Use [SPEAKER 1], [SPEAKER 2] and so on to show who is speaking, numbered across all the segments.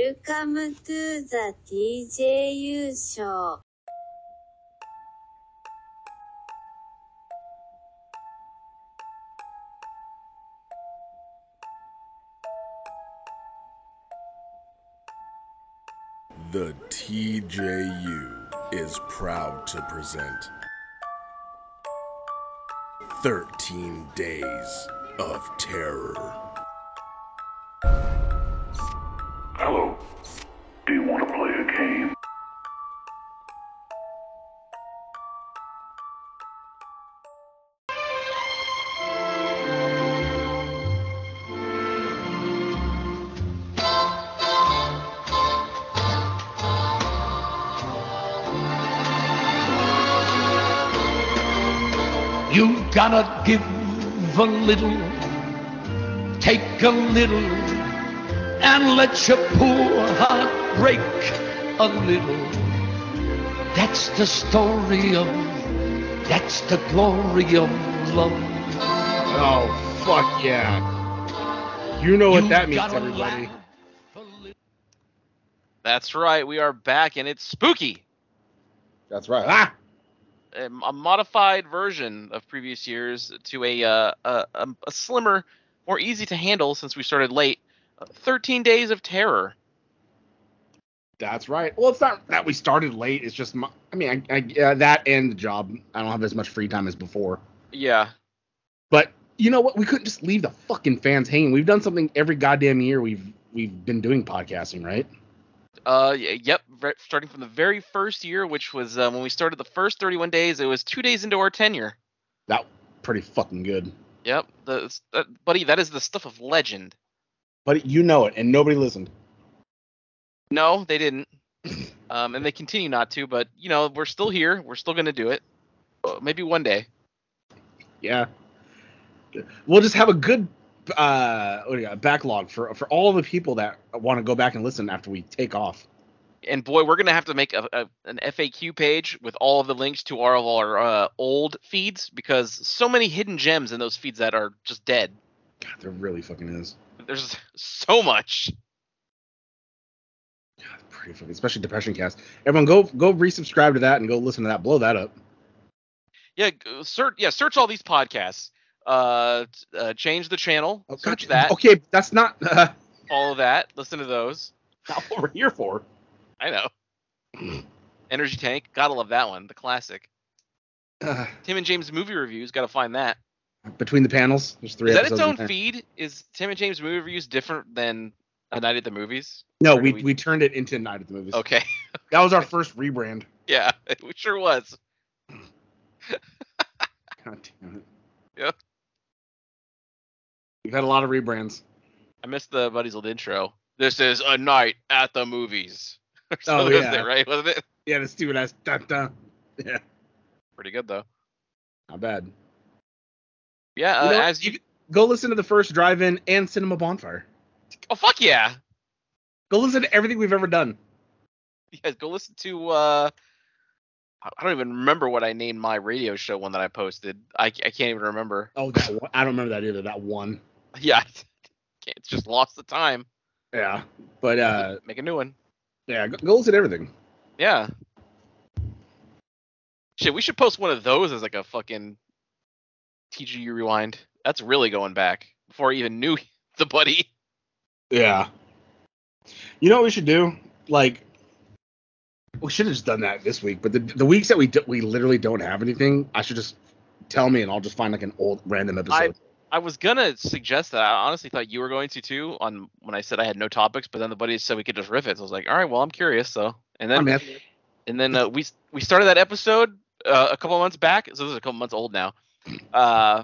[SPEAKER 1] Welcome to the TJU show.
[SPEAKER 2] The TJU is proud to present 13 Days of Terror.
[SPEAKER 3] Hello. Do you want to play a game?
[SPEAKER 4] You gotta give a little, take a little, and let your poor heart break a little. That's the story of, that's the glory of love.
[SPEAKER 5] Oh, fuck yeah. You know what
[SPEAKER 4] You
[SPEAKER 5] that means,
[SPEAKER 4] gotta
[SPEAKER 5] everybody.
[SPEAKER 4] laugh a little.
[SPEAKER 6] That's right. We are back, and it's spooky.
[SPEAKER 5] That's right. Ah!
[SPEAKER 6] A a modified version of previous years to a uh, a, a, a slimmer, more easy to handle since we started late. Uh, Thirteen Days of Terror.
[SPEAKER 5] That's right. Well, it's not that we started late. It's just, my, I mean, I, I, uh, that and the job. I don't have as much free time as before.
[SPEAKER 6] Yeah,
[SPEAKER 5] But you know what? We couldn't just leave the fucking fans hanging. We've done something every goddamn year. We've we've been doing podcasting, right?
[SPEAKER 6] Uh, y- yep. ver- Starting from the very first year, which was uh, when we started the first 31 days, it was two days into our tenure.
[SPEAKER 5] That pretty fucking good.
[SPEAKER 6] Yep. The, uh, buddy, that is the stuff of legend.
[SPEAKER 5] But you know it, and nobody listened.
[SPEAKER 6] No, they didn't. Um, and they continue not to, but you know, we're still here. We're still gonna do it. Uh, Maybe one day.
[SPEAKER 5] Yeah. We'll just have a good uh what do you got, backlog for for all the people that want to go back and listen after we take off.
[SPEAKER 6] And boy, we're gonna have to make a, a an FAQ page with all of the links to all of our uh, old feeds because so many hidden gems in those feeds that are just dead.
[SPEAKER 5] God, there really fucking is.
[SPEAKER 6] There's so much.
[SPEAKER 5] pretty fucking, especially Depression Cast. Everyone, go go resubscribe to that and go listen to that. Blow that up.
[SPEAKER 6] Yeah, g- search. Yeah, search all these podcasts. Uh, t- uh change the channel.
[SPEAKER 5] Oh,
[SPEAKER 6] search
[SPEAKER 5] gotcha.
[SPEAKER 6] that.
[SPEAKER 5] Okay, that's not uh,
[SPEAKER 6] Follow that. Listen to those.
[SPEAKER 5] not what we're here for.
[SPEAKER 6] I know. Energy Tank. Gotta love that one. The classic.
[SPEAKER 5] Uh,
[SPEAKER 6] Tim and James movie reviews. Gotta find that.
[SPEAKER 5] between the panels, there's three.
[SPEAKER 6] Is that its
[SPEAKER 5] episodes in
[SPEAKER 6] own
[SPEAKER 5] there.
[SPEAKER 6] feed? Is Tim and James movie reviews different than A Night at the Movies?
[SPEAKER 5] No,
[SPEAKER 6] Or do
[SPEAKER 5] we, we turned it into Night at the Movies.
[SPEAKER 6] Okay.
[SPEAKER 5] That was our first rebrand.
[SPEAKER 6] yeah, it sure was.
[SPEAKER 5] God damn it.
[SPEAKER 6] Yep.
[SPEAKER 5] We've had a lot of rebrands.
[SPEAKER 6] I missed the Buddies old intro. This is A Night at the Movies. Or
[SPEAKER 5] Oh,
[SPEAKER 6] something,
[SPEAKER 5] yeah.
[SPEAKER 6] Right? Wasn't it?
[SPEAKER 5] Yeah, the stupid ass. Dun, dun. Yeah,
[SPEAKER 6] Pretty good though.
[SPEAKER 5] not bad.
[SPEAKER 6] Yeah. Uh,
[SPEAKER 5] You know what?
[SPEAKER 6] as you.
[SPEAKER 5] Go listen to the first drive-in and Cinema Bonfire.
[SPEAKER 6] Oh fuck yeah.
[SPEAKER 5] Go listen to everything we've ever done.
[SPEAKER 6] Yeah, go listen to. uh I I don't even remember what I named my radio show one that I posted. I, I can't even remember.
[SPEAKER 5] Oh, that one, I don't remember that either. That one.
[SPEAKER 6] Yeah, I can't, it's just lost the time.
[SPEAKER 5] Yeah, but uh,
[SPEAKER 6] Make a new one.
[SPEAKER 5] yeah, go, go listen to everything.
[SPEAKER 6] Yeah. Shit, we should post one of those as like a fucking TGU rewind. That's really going back before I even knew the buddy.
[SPEAKER 5] Yeah. You know what we should do? Like, we should have just done that this week. But the the weeks that we do, we literally don't have anything, I should just tell me, and I'll just find like an old random episode.
[SPEAKER 6] I was gonna suggest that. I honestly thought you were going to too on when I said I had no topics, but then the buddies said we could just riff it. So I was like, all right, well I'm curious. So and
[SPEAKER 5] I,
[SPEAKER 6] then
[SPEAKER 5] mean,
[SPEAKER 6] and then uh, we we started that episode uh, a couple months back. So this is a couple months old now. Uh,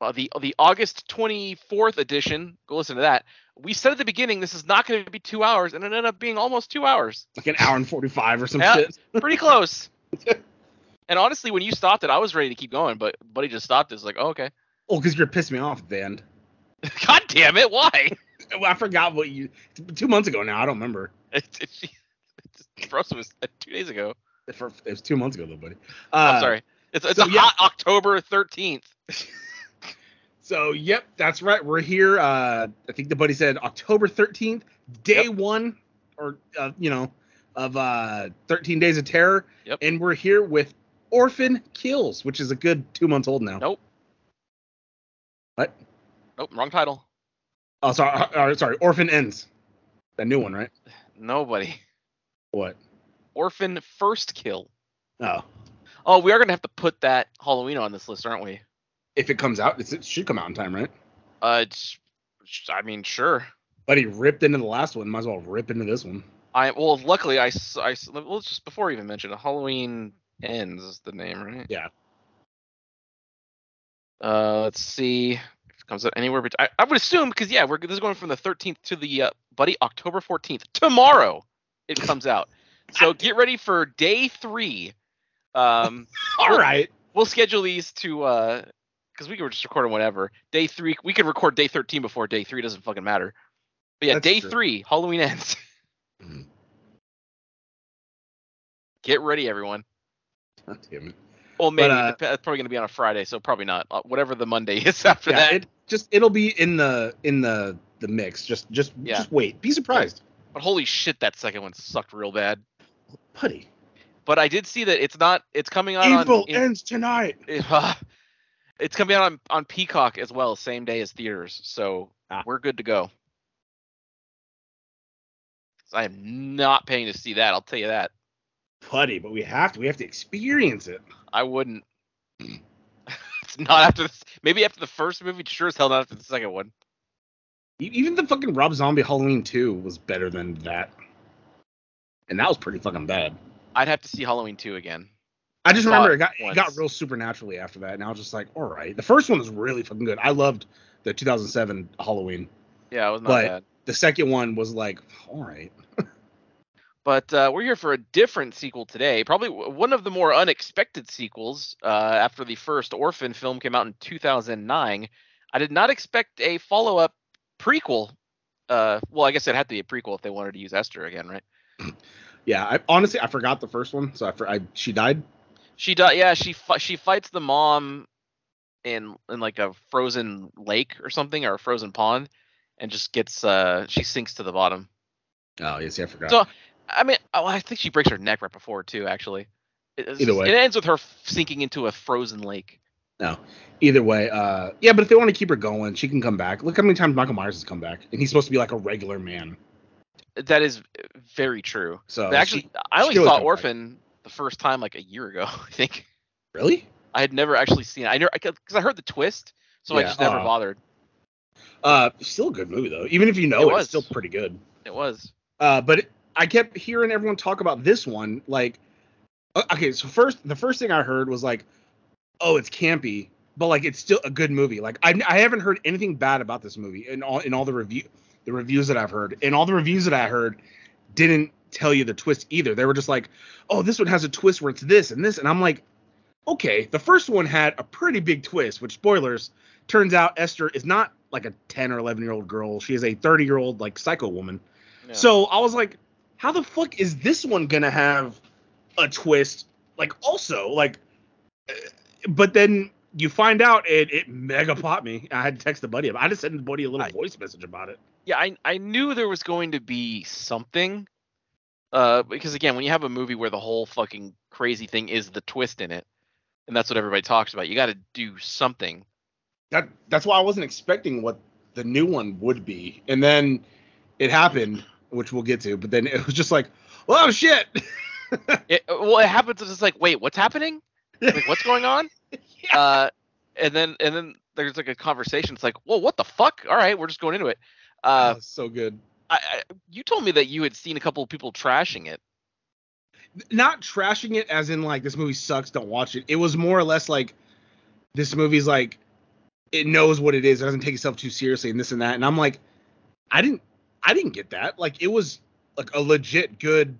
[SPEAKER 6] uh, the the August 24th edition. Go listen to that. We said at the beginning this is not going to be two hours, and it ended up being almost two hours.
[SPEAKER 5] like an hour and forty five or some
[SPEAKER 6] Yeah.
[SPEAKER 5] shit.
[SPEAKER 6] Pretty close. and honestly, when you stopped it, I was ready to keep going, but buddy just stopped. It's like, oh, okay.
[SPEAKER 5] Oh, because you're pissing me off at the end.
[SPEAKER 6] God damn it! Why?
[SPEAKER 5] Well, I forgot what you t- two months ago now. I don't remember.
[SPEAKER 6] It's it's it's- for us, it was uh, two days ago.
[SPEAKER 5] It was- it was two months ago though, buddy. Uh,
[SPEAKER 6] I'm sorry. It's it's
[SPEAKER 5] so,
[SPEAKER 6] a
[SPEAKER 5] yeah.
[SPEAKER 6] hot October 13th.
[SPEAKER 5] So, yep, that's right. We're here. Uh, I think the buddy said October 13th, day
[SPEAKER 6] Yep.
[SPEAKER 5] one, or, uh, you know, of uh, 13 Days of Terror.
[SPEAKER 6] Yep.
[SPEAKER 5] And we're here with Orphan Kills, which is a good two months old now.
[SPEAKER 6] Nope.
[SPEAKER 5] What?
[SPEAKER 6] Nope. Wrong title.
[SPEAKER 5] Oh, sorry. Uh, sorry. Orphan Ends. That new one, right?
[SPEAKER 6] Nobody.
[SPEAKER 5] What?
[SPEAKER 6] Orphan First Kill.
[SPEAKER 5] Oh.
[SPEAKER 6] Oh, we are gonna have to put that Halloween on this list, aren't we?
[SPEAKER 5] If it comes out, it's, it should come out in time, right?
[SPEAKER 6] Uh, it's- I mean, sure.
[SPEAKER 5] But he ripped into the last one. Might as well rip into this one.
[SPEAKER 6] I well, luckily I, s- I s- well, let's just before we even mention it, Halloween ends is the name, right?
[SPEAKER 5] Yeah.
[SPEAKER 6] Uh, let's see if it comes out anywhere between. I, I would assume because yeah, we're this is going from the 13th to the uh, buddy October 14th tomorrow. It comes out, so get ready for day three. Um,
[SPEAKER 5] All
[SPEAKER 6] Well-
[SPEAKER 5] right.
[SPEAKER 6] we'll schedule these to uh, because we can just record them whenever. Day three, we could record day 13 before day three. Doesn't fucking matter. But yeah,
[SPEAKER 5] That's
[SPEAKER 6] day
[SPEAKER 5] true. Mm.
[SPEAKER 6] three, Halloween ends. get ready, everyone.
[SPEAKER 5] God damn it.
[SPEAKER 6] Well, maybe
[SPEAKER 5] uh,
[SPEAKER 6] dep- that's probably going to be on a Friday, so probably not. Uh, whatever the Monday is after
[SPEAKER 5] yeah,
[SPEAKER 6] that.
[SPEAKER 5] it just it'll be in the in the the mix. Just just
[SPEAKER 6] Yeah.
[SPEAKER 5] just wait. Be surprised,
[SPEAKER 6] but holy shit, that second one sucked real bad.
[SPEAKER 5] buddy.
[SPEAKER 6] But I did see that it's not. It's coming out
[SPEAKER 5] Evil
[SPEAKER 6] on. in-
[SPEAKER 5] ends tonight.
[SPEAKER 6] uh, it's coming out on, on Peacock as well, same day as theaters. So
[SPEAKER 5] Ah.
[SPEAKER 6] we're good to go. 'Cause I am not paying to see that. I'll tell you that.
[SPEAKER 5] Buddy, but we have to. We have to experience it.
[SPEAKER 6] I wouldn't. it's not after. This, maybe after the first movie. Sure as hell not after the second one.
[SPEAKER 5] E- Even the fucking Rob Zombie Halloween 2 was better than that. And that was pretty fucking bad.
[SPEAKER 6] I'd have to see Halloween two again.
[SPEAKER 5] I just
[SPEAKER 6] Saw
[SPEAKER 5] remember
[SPEAKER 6] it
[SPEAKER 5] it got it got
[SPEAKER 6] once.
[SPEAKER 5] real supernaturally after that, and I was just like, all right. The first one was really fucking good. I loved the 2007 Halloween.
[SPEAKER 6] Yeah, it was not
[SPEAKER 5] But-
[SPEAKER 6] bad.
[SPEAKER 5] The second one was like, all right.
[SPEAKER 6] But uh, we're here for a different sequel today. Probably w- one of the more unexpected sequels uh, after the first Orphan film came out in 2009. I did not expect a follow up prequel. Uh, well, I guess it had to be a prequel if they wanted to use Esther again, right?
[SPEAKER 5] Yeah, I honestly I forgot the first one, so I, for, I she died.
[SPEAKER 6] She does. Yeah, she fi- she fights the mom in in like a frozen lake or something or a frozen pond, and just gets uh she sinks to the bottom.
[SPEAKER 5] Oh yes, yeah, I forgot.
[SPEAKER 6] So- I mean, oh, I think she breaks her neck right before too. Actually, it, it's
[SPEAKER 5] Either
[SPEAKER 6] just-
[SPEAKER 5] way.
[SPEAKER 6] it ends with her f- sinking into a frozen lake.
[SPEAKER 5] Either way, uh, yeah, but if they want to keep her going, she can come back. Look how many times Michael Myers has come back, and he's supposed to be like a regular man.
[SPEAKER 6] That is very true.
[SPEAKER 5] So
[SPEAKER 6] But actually,
[SPEAKER 5] Oh, she-
[SPEAKER 6] I only
[SPEAKER 5] she always
[SPEAKER 6] saw
[SPEAKER 5] comes back.
[SPEAKER 6] Orphan the first time like a year ago. I think
[SPEAKER 5] really,
[SPEAKER 6] I had never actually seen it. I never because I heard the twist, so I
[SPEAKER 5] Yeah,
[SPEAKER 6] just never
[SPEAKER 5] uh,
[SPEAKER 6] bothered.
[SPEAKER 5] uh, still a good movie though. Even if you know
[SPEAKER 6] It
[SPEAKER 5] it,
[SPEAKER 6] was.
[SPEAKER 5] it's still pretty good.
[SPEAKER 6] It was
[SPEAKER 5] Uh, but it, I kept hearing everyone talk about this one. Like, o- okay, so first, the first thing I heard was like, oh, it's campy, but like it's still a good movie. Like, I, I haven't heard anything bad about this movie in all in all the review the reviews that I've heard, and all the reviews that I heard didn't tell you the twist either. They were just like, oh, this one has a twist where it's this and this, and I'm like, okay, the first one had a pretty big twist, which spoilers turns out Esther is not like a 10 or 11 year old girl. She is a 30 year old like psycho woman.
[SPEAKER 6] Yeah.
[SPEAKER 5] So I was like, how the fuck is this one gonna have a twist? Like also like, uh, but then you find out it it mega popped me. I had to text the buddy. I had to send the buddy a little
[SPEAKER 6] I-
[SPEAKER 5] voice message about it.
[SPEAKER 6] yeah. I I knew there was going to be something. Uh, because again, when you have a movie where the whole fucking crazy thing is the twist in it, and that's what everybody talks about, you got to do something.
[SPEAKER 5] That that's why I wasn't expecting what the new one would be, and then it happened, which we'll get to. But then it was just like, oh shit.
[SPEAKER 6] It, well, it happens. It's just like, wait, what's happening? Like, what's going on? Uh, and then and then there's like a conversation. It's like, well, what the fuck? All right, we're just going into it. Uh,
[SPEAKER 5] so good.
[SPEAKER 6] I, I, you told me that you had seen a couple of people trashing it.
[SPEAKER 5] not trashing it as in like this movie sucks, don't watch it. It was more or less like this movie's like it knows what it is, it doesn't take itself too seriously and this and that. And I'm like, I didn't I didn't get that. Like it was like a legit good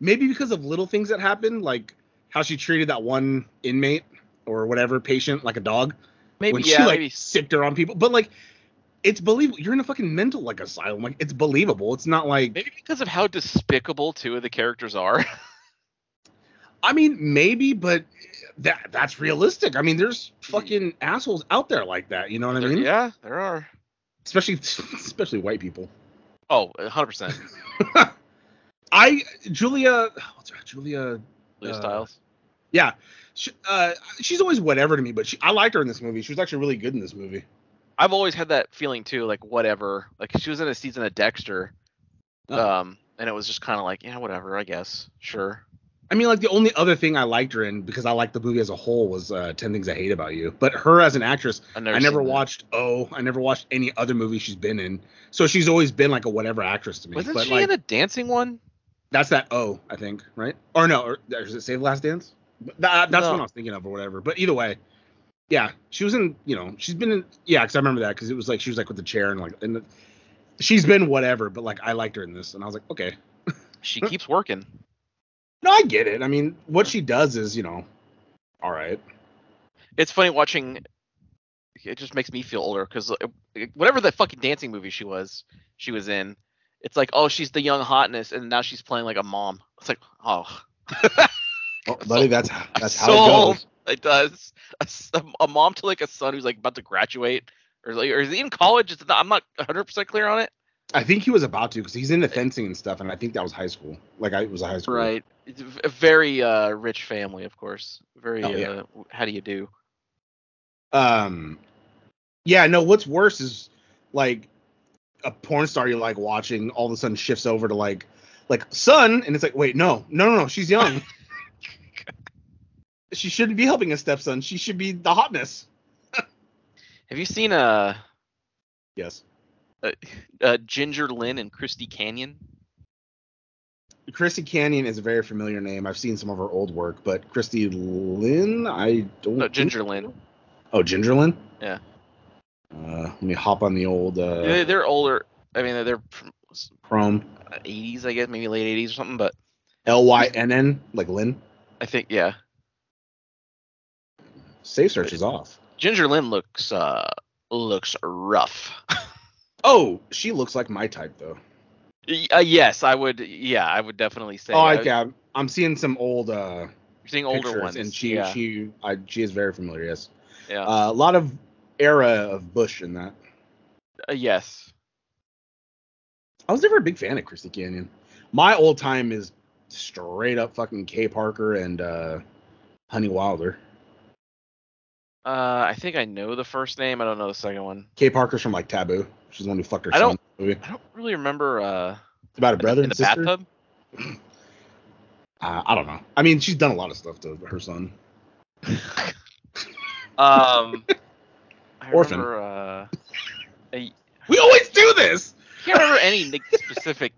[SPEAKER 5] maybe because of little things that happened, like how she treated that one inmate or whatever patient like a dog
[SPEAKER 6] Maybe
[SPEAKER 5] when
[SPEAKER 6] yeah,
[SPEAKER 5] she like
[SPEAKER 6] maybe
[SPEAKER 5] sipped her on people. But like it's believable. You're in a fucking mental like asylum. Like it's believable. It's not like
[SPEAKER 6] maybe because of how despicable two of the characters are.
[SPEAKER 5] I mean, maybe, but that that's realistic. I mean, there's fucking assholes out there like that. You know what I
[SPEAKER 6] There-
[SPEAKER 5] mean?
[SPEAKER 6] yeah, there are.
[SPEAKER 5] Especially especially white people.
[SPEAKER 6] Oh, 100 percent.
[SPEAKER 5] I Julia what's her, Julia
[SPEAKER 6] Leo
[SPEAKER 5] Uh,
[SPEAKER 6] Styles.
[SPEAKER 5] yeah she, uh, she's always whatever to me but she, I liked her in this movie she was actually really good in this movie
[SPEAKER 6] I've always had that feeling too, like whatever. Like she was in a season of Dexter,
[SPEAKER 5] Oh.
[SPEAKER 6] um, and it was just kind of like, yeah, whatever, I guess, sure.
[SPEAKER 5] I mean like the only other thing I liked her in because I liked the movie as a whole was uh, Ten Things I Hate About You but her as an actress
[SPEAKER 6] I've
[SPEAKER 5] I never
[SPEAKER 6] seen that.
[SPEAKER 5] watched Oh I never watched any other movie she's been in so she's always been like a whatever actress to me
[SPEAKER 6] Wasn't
[SPEAKER 5] but
[SPEAKER 6] she
[SPEAKER 5] like
[SPEAKER 6] in a dancing one?
[SPEAKER 5] that's that Oh I think right or no or, or is it Save the Last Dance But that, that's
[SPEAKER 6] No.
[SPEAKER 5] what I was thinking of or whatever but either way. Yeah, she was in. You know, she's been in. Yeah, because I remember that because it was like she was like with the chair and like and the, she's been whatever. But like I liked her in this, and I was like, okay,
[SPEAKER 6] She keeps working.
[SPEAKER 5] No, I get it. I mean, what she does is, you know, all right.
[SPEAKER 6] It's funny watching. It just makes me feel older because whatever that fucking dancing movie she was, she was in. It's like, oh, she's the young hotness, and now she's playing like a mom. It's like, oh, buddy,
[SPEAKER 5] that's
[SPEAKER 6] Sold. It does. A, s- a mom to like a son who's like about to graduate, or like, or is he in college? It's not, I'm not 100 percent clear on it.
[SPEAKER 5] I think he was about to because he's into fencing and stuff, and I think that was high school. Like I it was a high school.
[SPEAKER 6] Right. It's a v- a very uh, rich family, of course. Very.
[SPEAKER 5] Oh, yeah.
[SPEAKER 6] uh, w- how do you do?
[SPEAKER 5] Um. Yeah. No. What's worse is like a porn star you like watching all of a sudden shifts over to like like son, and it's like, wait, no, no, no, no, she's young. she shouldn't be helping a stepson. She should be the hotness.
[SPEAKER 6] Have you seen uh,
[SPEAKER 5] Yes.
[SPEAKER 6] uh Ginger Lynn and Christy Canyon?
[SPEAKER 5] Christy Canyon is a very familiar name. I've seen some of her old work, but Christy Lynn, I don't.
[SPEAKER 6] No,
[SPEAKER 5] think-
[SPEAKER 6] Ginger Lynn.
[SPEAKER 5] Oh, Ginger Lynn.
[SPEAKER 6] Yeah.
[SPEAKER 5] Uh, let me hop on the old uh,
[SPEAKER 6] They- They're older. I mean, they're from s-
[SPEAKER 5] Chrome.
[SPEAKER 6] 80s, I guess, maybe late 80s or something. But
[SPEAKER 5] L Y N N, like Lynn.
[SPEAKER 6] I think, yeah,
[SPEAKER 5] Safe search is off.
[SPEAKER 6] Ginger Lynn looks uh looks rough.
[SPEAKER 5] Oh, she looks like my type though.
[SPEAKER 6] Y- uh, yes, I would. Yeah, I would definitely say.
[SPEAKER 5] Oh,
[SPEAKER 6] I-
[SPEAKER 5] okay. I'm, I'm seeing some old uh,
[SPEAKER 6] You're seeing older
[SPEAKER 5] pictures,
[SPEAKER 6] ones.
[SPEAKER 5] and she
[SPEAKER 6] yeah,
[SPEAKER 5] she I, she is very familiar. Yes.
[SPEAKER 6] yeah.
[SPEAKER 5] Uh, a lot of era of Bush in that.
[SPEAKER 6] Uh, yes.
[SPEAKER 5] I was never a big fan of Christy Canyon. My old time is straight up fucking Kay Parker and uh, Honey Wilder.
[SPEAKER 6] Uh, I think I know the first name. I don't know the second one.
[SPEAKER 5] Kay Parker's from like Taboo. She's the one who fucked her
[SPEAKER 6] I
[SPEAKER 5] son.
[SPEAKER 6] don't-
[SPEAKER 5] in the movie.
[SPEAKER 6] I don't really remember. Uh,
[SPEAKER 5] It's about a brother and
[SPEAKER 6] in the
[SPEAKER 5] sister.
[SPEAKER 6] bathtub.
[SPEAKER 5] Uh, I don't know. I mean, she's done a lot of stuff to her son.
[SPEAKER 6] Um, I
[SPEAKER 5] Orphan.
[SPEAKER 6] remember. Uh, I
[SPEAKER 5] We always do this.
[SPEAKER 6] can't remember any like, specific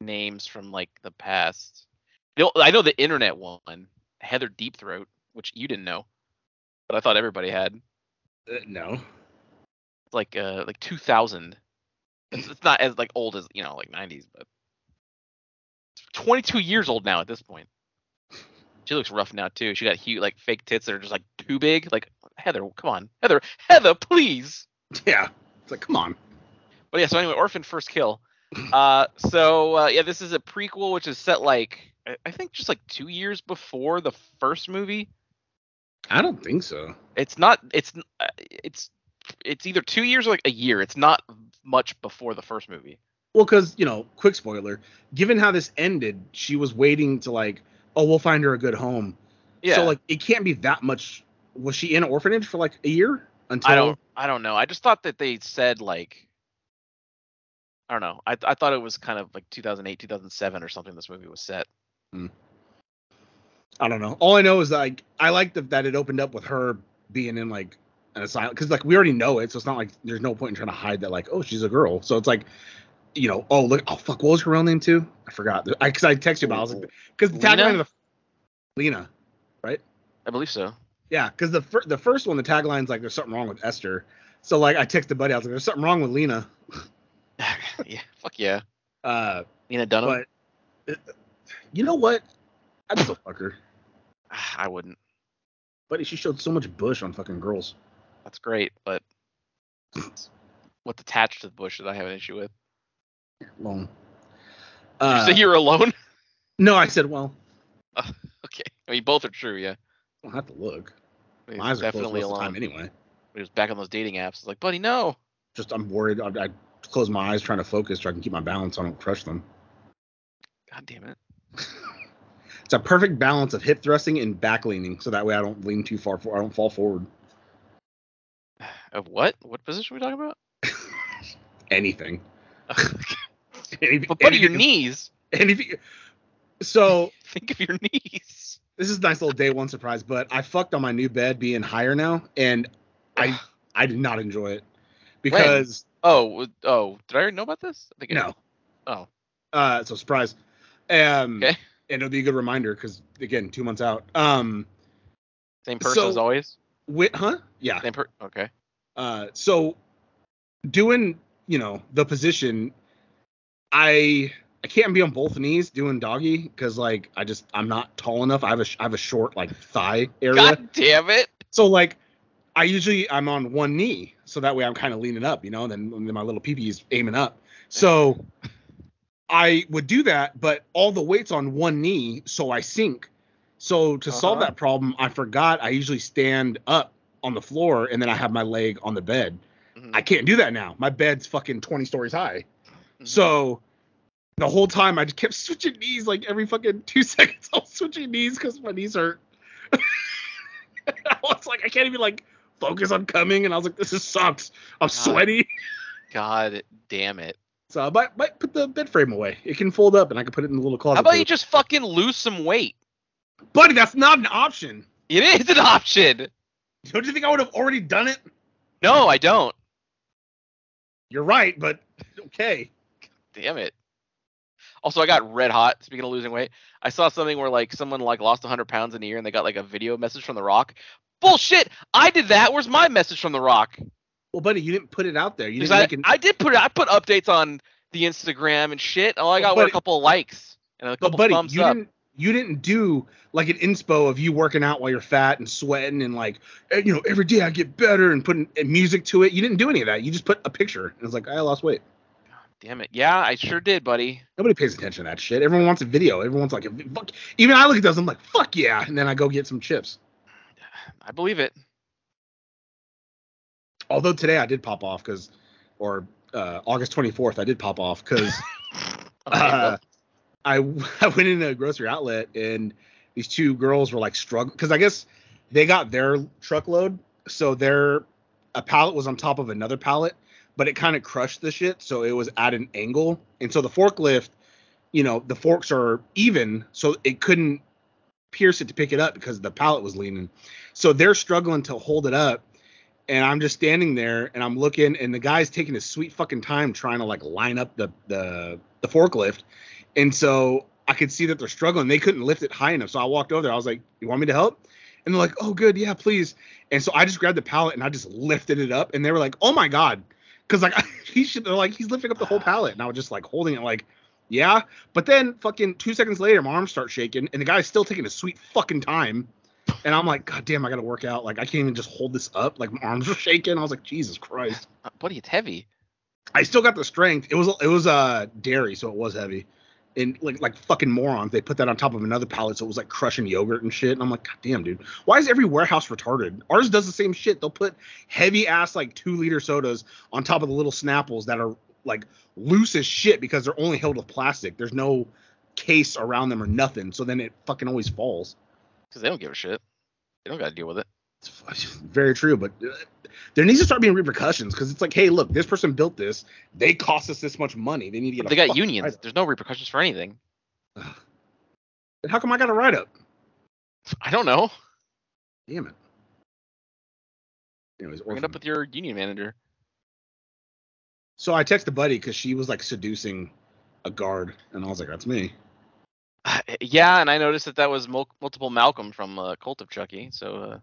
[SPEAKER 6] names from like the past. The ol- I know the internet one, Heather Deepthroat, which you didn't know, but I thought everybody had.
[SPEAKER 5] Uh, no.
[SPEAKER 6] It's Like uh, like 2000. It's, it's not as like old as you know, like 90s, but it's 22 years old now at this point. She looks rough now too. She got huge like fake tits that are just like too big. Like Heather, come on, Heather, Heather, please.
[SPEAKER 5] Yeah. It's like, come on.
[SPEAKER 6] But yeah, so anyway, Orphan First Kill. Uh, so uh, yeah, this is a prequel, which is set like I- I think just like two years before the first movie.
[SPEAKER 5] I don't think so.
[SPEAKER 6] It's not. It's n- uh, it's it's either two years or like a year. It's not much before the first movie.
[SPEAKER 5] Well, because you know, quick spoiler. Given how this ended, she was waiting to like, oh, we'll find her a good home.
[SPEAKER 6] Yeah.
[SPEAKER 5] So like, it can't be that much. Was she in an orphanage for like a year until?
[SPEAKER 6] I don't. I don't know. I just thought that they said like. I don't know. I I thought it was kind of like 2008, 2007 or something. This movie was set.
[SPEAKER 5] I don't know. All I know is like, I like that that it opened up with her being in like an asylum because like we already know it, so it's not like there's no point in trying to hide that like, oh, she's a girl. So it's like. You know, oh look, oh fuck, what was her real name too? I forgot. I because I texted you about. it, I was like, because the
[SPEAKER 6] Lena?
[SPEAKER 5] tagline of the Lena,
[SPEAKER 6] I believe so.
[SPEAKER 5] Yeah, because the fir- the first one, the tagline's like, "There's something wrong with Esther." So like, I texted buddy, I was like, "There's something wrong with Lena."
[SPEAKER 6] yeah. Fuck yeah.
[SPEAKER 5] Uh,
[SPEAKER 6] Nina Dunham.
[SPEAKER 5] but you know what? I'd still fuck her,
[SPEAKER 6] I wouldn't.
[SPEAKER 5] buddy. She showed so much bush on fucking girls.
[SPEAKER 6] That's great, but it's what's attached to the bush that I have an issue with?
[SPEAKER 5] Long.
[SPEAKER 6] so
[SPEAKER 5] Uh,
[SPEAKER 6] you're alone?
[SPEAKER 5] no, I said, well,
[SPEAKER 6] okay. I mean, both are true. Yeah,
[SPEAKER 5] I'll have to look.
[SPEAKER 6] I mean,
[SPEAKER 5] My eyes
[SPEAKER 6] it's
[SPEAKER 5] are closed
[SPEAKER 6] definitely
[SPEAKER 5] most of the
[SPEAKER 6] alone.
[SPEAKER 5] time anyway.
[SPEAKER 6] He was back on those dating apps. It's like, buddy, no.
[SPEAKER 5] Just I'm worried. I, I close my eyes trying to focus so I can keep my balance. So I don't crush them.
[SPEAKER 6] God damn it.
[SPEAKER 5] It's a perfect balance of hip thrusting and back leaning, so that way I don't lean too far. For, I don't fall forward.
[SPEAKER 6] Of what? What position are we talking about?
[SPEAKER 5] Anything.
[SPEAKER 6] but buddy, your knees.
[SPEAKER 5] Anything. So
[SPEAKER 6] Think of your knees.
[SPEAKER 5] this is a nice little day one surprise, but I fucked on my new bed being higher now, and I I did not enjoy it because
[SPEAKER 6] Oh, w- oh, did I already know about this? I think I
[SPEAKER 5] no.
[SPEAKER 6] did. Oh.
[SPEAKER 5] Uh, so surprise. Um,
[SPEAKER 6] Okay.
[SPEAKER 5] And it'll be a good reminder because again, two months out. Um,
[SPEAKER 6] Same person
[SPEAKER 5] So-
[SPEAKER 6] as always.
[SPEAKER 5] wit, huh? Yeah.
[SPEAKER 6] Same per. Okay.
[SPEAKER 5] Uh, so doing you know the position, I I can't be on both knees doing doggy because like I just I'm not tall enough. I have a sh- I have a short like thigh area.
[SPEAKER 6] God damn it.
[SPEAKER 5] So like I usually I'm on one knee, so that way I'm kind of leaning up, you know, and then, and then my little peepee is aiming up. So I would do that, but all the weight's on one knee, so I sink. So to solve
[SPEAKER 6] Uh-huh.
[SPEAKER 5] that problem, I forgot I usually stand up on the floor and then I have my leg on the bed.
[SPEAKER 6] Mhm.
[SPEAKER 5] I can't do that now. My bed's fucking 20 stories high.
[SPEAKER 6] Mm-hmm.
[SPEAKER 5] So the whole time I just kept switching knees like every fucking two seconds. I was switching knees because my knees hurt. I was like, I can't even like focus on coming, and I was like, this is sucks. I'm sweaty.
[SPEAKER 6] God damn it.
[SPEAKER 5] So I might, might put the bed frame away. It can fold up, and I can put it in the little closet.
[SPEAKER 6] How about you
[SPEAKER 5] for-
[SPEAKER 6] just fucking lose some weight?
[SPEAKER 5] buddy? That's not an option.
[SPEAKER 6] It is an option.
[SPEAKER 5] Don't you think I would have already done it?
[SPEAKER 6] No, I don't.
[SPEAKER 5] You're right, but okay.
[SPEAKER 6] Damn it. Also, I got red hot. Speaking of losing weight, I saw something where like someone like lost 100 pounds in a year, and they got like a video message from The Rock. Bullshit! I did that. Where's my message from The Rock?
[SPEAKER 5] Well, buddy, you didn't put it out there. You
[SPEAKER 6] Because
[SPEAKER 5] didn't
[SPEAKER 6] I,
[SPEAKER 5] make an,
[SPEAKER 6] I did put it. I put updates on the Instagram and shit. All I got
[SPEAKER 5] But
[SPEAKER 6] were a
[SPEAKER 5] buddy-
[SPEAKER 6] couple of likes and a
[SPEAKER 5] But
[SPEAKER 6] couple
[SPEAKER 5] buddy,
[SPEAKER 6] thumbs
[SPEAKER 5] you
[SPEAKER 6] up.
[SPEAKER 5] didn't you didn't do like an inspo of you working out while you're fat and sweating and like eh, you know every day I get better and putting eh, music to it. You didn't do any of that. You just put a picture and it's like I lost weight.
[SPEAKER 6] Damn it. Yeah, I sure did, buddy.
[SPEAKER 5] Nobody pays attention to that shit. Everyone wants a video. Everyone's like, fuck. Even I look at those. I'm like, fuck yeah. And then I go get some chips.
[SPEAKER 6] I believe it.
[SPEAKER 5] Although today I did pop off because, or uh, August 24th I did pop off because
[SPEAKER 6] Okay,
[SPEAKER 5] Uh,
[SPEAKER 6] well,
[SPEAKER 5] I, I went into a grocery outlet and these two girls were like struggling because I guess they got their truckload, so their a pallet was on top of another pallet, but it kind of crushed the shit, so it was at an angle, and so the forklift, you know, the forks are even, so it couldn't pierce it to pick it up because the pallet was leaning, so they're struggling to hold it up. And I'm just standing there and I'm looking, and the guy's taking his sweet fucking time trying to like line up the the, the forklift. And so I could see that they're struggling. They couldn't lift it high enough. So I walked over there. I was like, You want me to help? And they're like, Oh, good. Yeah, please. And so I just grabbed the pallet and I just lifted it up. And they were like, Oh my God. Cause like, he should, they're like, He's lifting up the whole pallet. And I was just like holding it, like, Yeah. But then fucking two seconds later, my arms start shaking and the guy's still taking a sweet fucking time. And I'm like, God damn, I gotta work out. Like, I can't even just hold this up. Like, my arms are shaking. I was like, Jesus Christ.
[SPEAKER 6] uh, buddy, it's heavy.
[SPEAKER 5] I still got the strength. It was it was uh dairy, so it was heavy. And like like fucking morons, they put that on top of another pallet, so it was like crushing yogurt and shit. And I'm like, God damn, dude, why is every warehouse retarded? Ours does the same shit. They'll put heavy ass like two liter sodas on top of the little Snapples that are like loose as shit because they're only held with plastic. There's no case around them or nothing, so then it fucking always falls.
[SPEAKER 6] Because they don't give a shit. They don't got to deal with it.
[SPEAKER 5] It's fu- very true, but uh, there needs to start being repercussions because it's like, hey, look, this person built this. They cost us this much money. They need to get. a
[SPEAKER 6] They got
[SPEAKER 5] fucking
[SPEAKER 6] unions.
[SPEAKER 5] write-up.
[SPEAKER 6] There's no repercussions for anything.
[SPEAKER 5] Then how come I got a write up?
[SPEAKER 6] I don't know.
[SPEAKER 5] Damn it. Anyways,
[SPEAKER 6] Bring it
[SPEAKER 5] orphan.
[SPEAKER 6] up with your union manager.
[SPEAKER 5] so I texted Buddy because she was like seducing a guard, and I was like, "That's me."
[SPEAKER 6] Uh, yeah, and I noticed that that was mul- multiple Malcolm from uh, Cult of Chucky. So uh,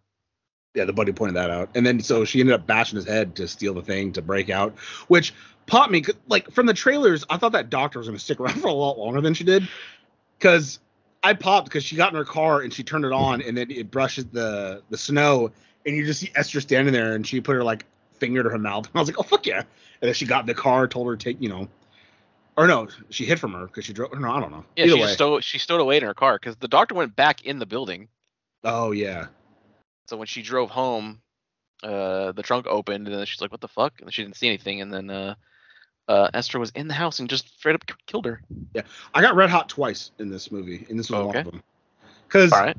[SPEAKER 5] Yeah, the buddy pointed that out, and then so she ended up bashing his head to steal the thing to break out, which popped me 'cause, like from the trailers. I thought that doctor was gonna stick around for a lot longer than she did, because I popped because she got in her car and she turned it on, and then it brushes the the snow, and you just see Esther standing there, and she put her like finger to her mouth, and I was like, "Oh fuck yeah!" And then she got in the car, told her to take you know Or no, she hid from her because she drove. No, I don't know.
[SPEAKER 6] Yeah,
[SPEAKER 5] Either
[SPEAKER 6] she
[SPEAKER 5] way.
[SPEAKER 6] just stowed she stowed away in her car because the doctor went back in the building.
[SPEAKER 5] oh yeah.
[SPEAKER 6] So when she drove home, uh, the trunk opened and then she's like, "What the fuck?" And she didn't see anything. And then uh, uh, Esther was in the house and just straight up k- killed her.
[SPEAKER 5] I got red hot twice in this movie, and this was one
[SPEAKER 6] Okay.
[SPEAKER 5] of them. Because
[SPEAKER 6] All right.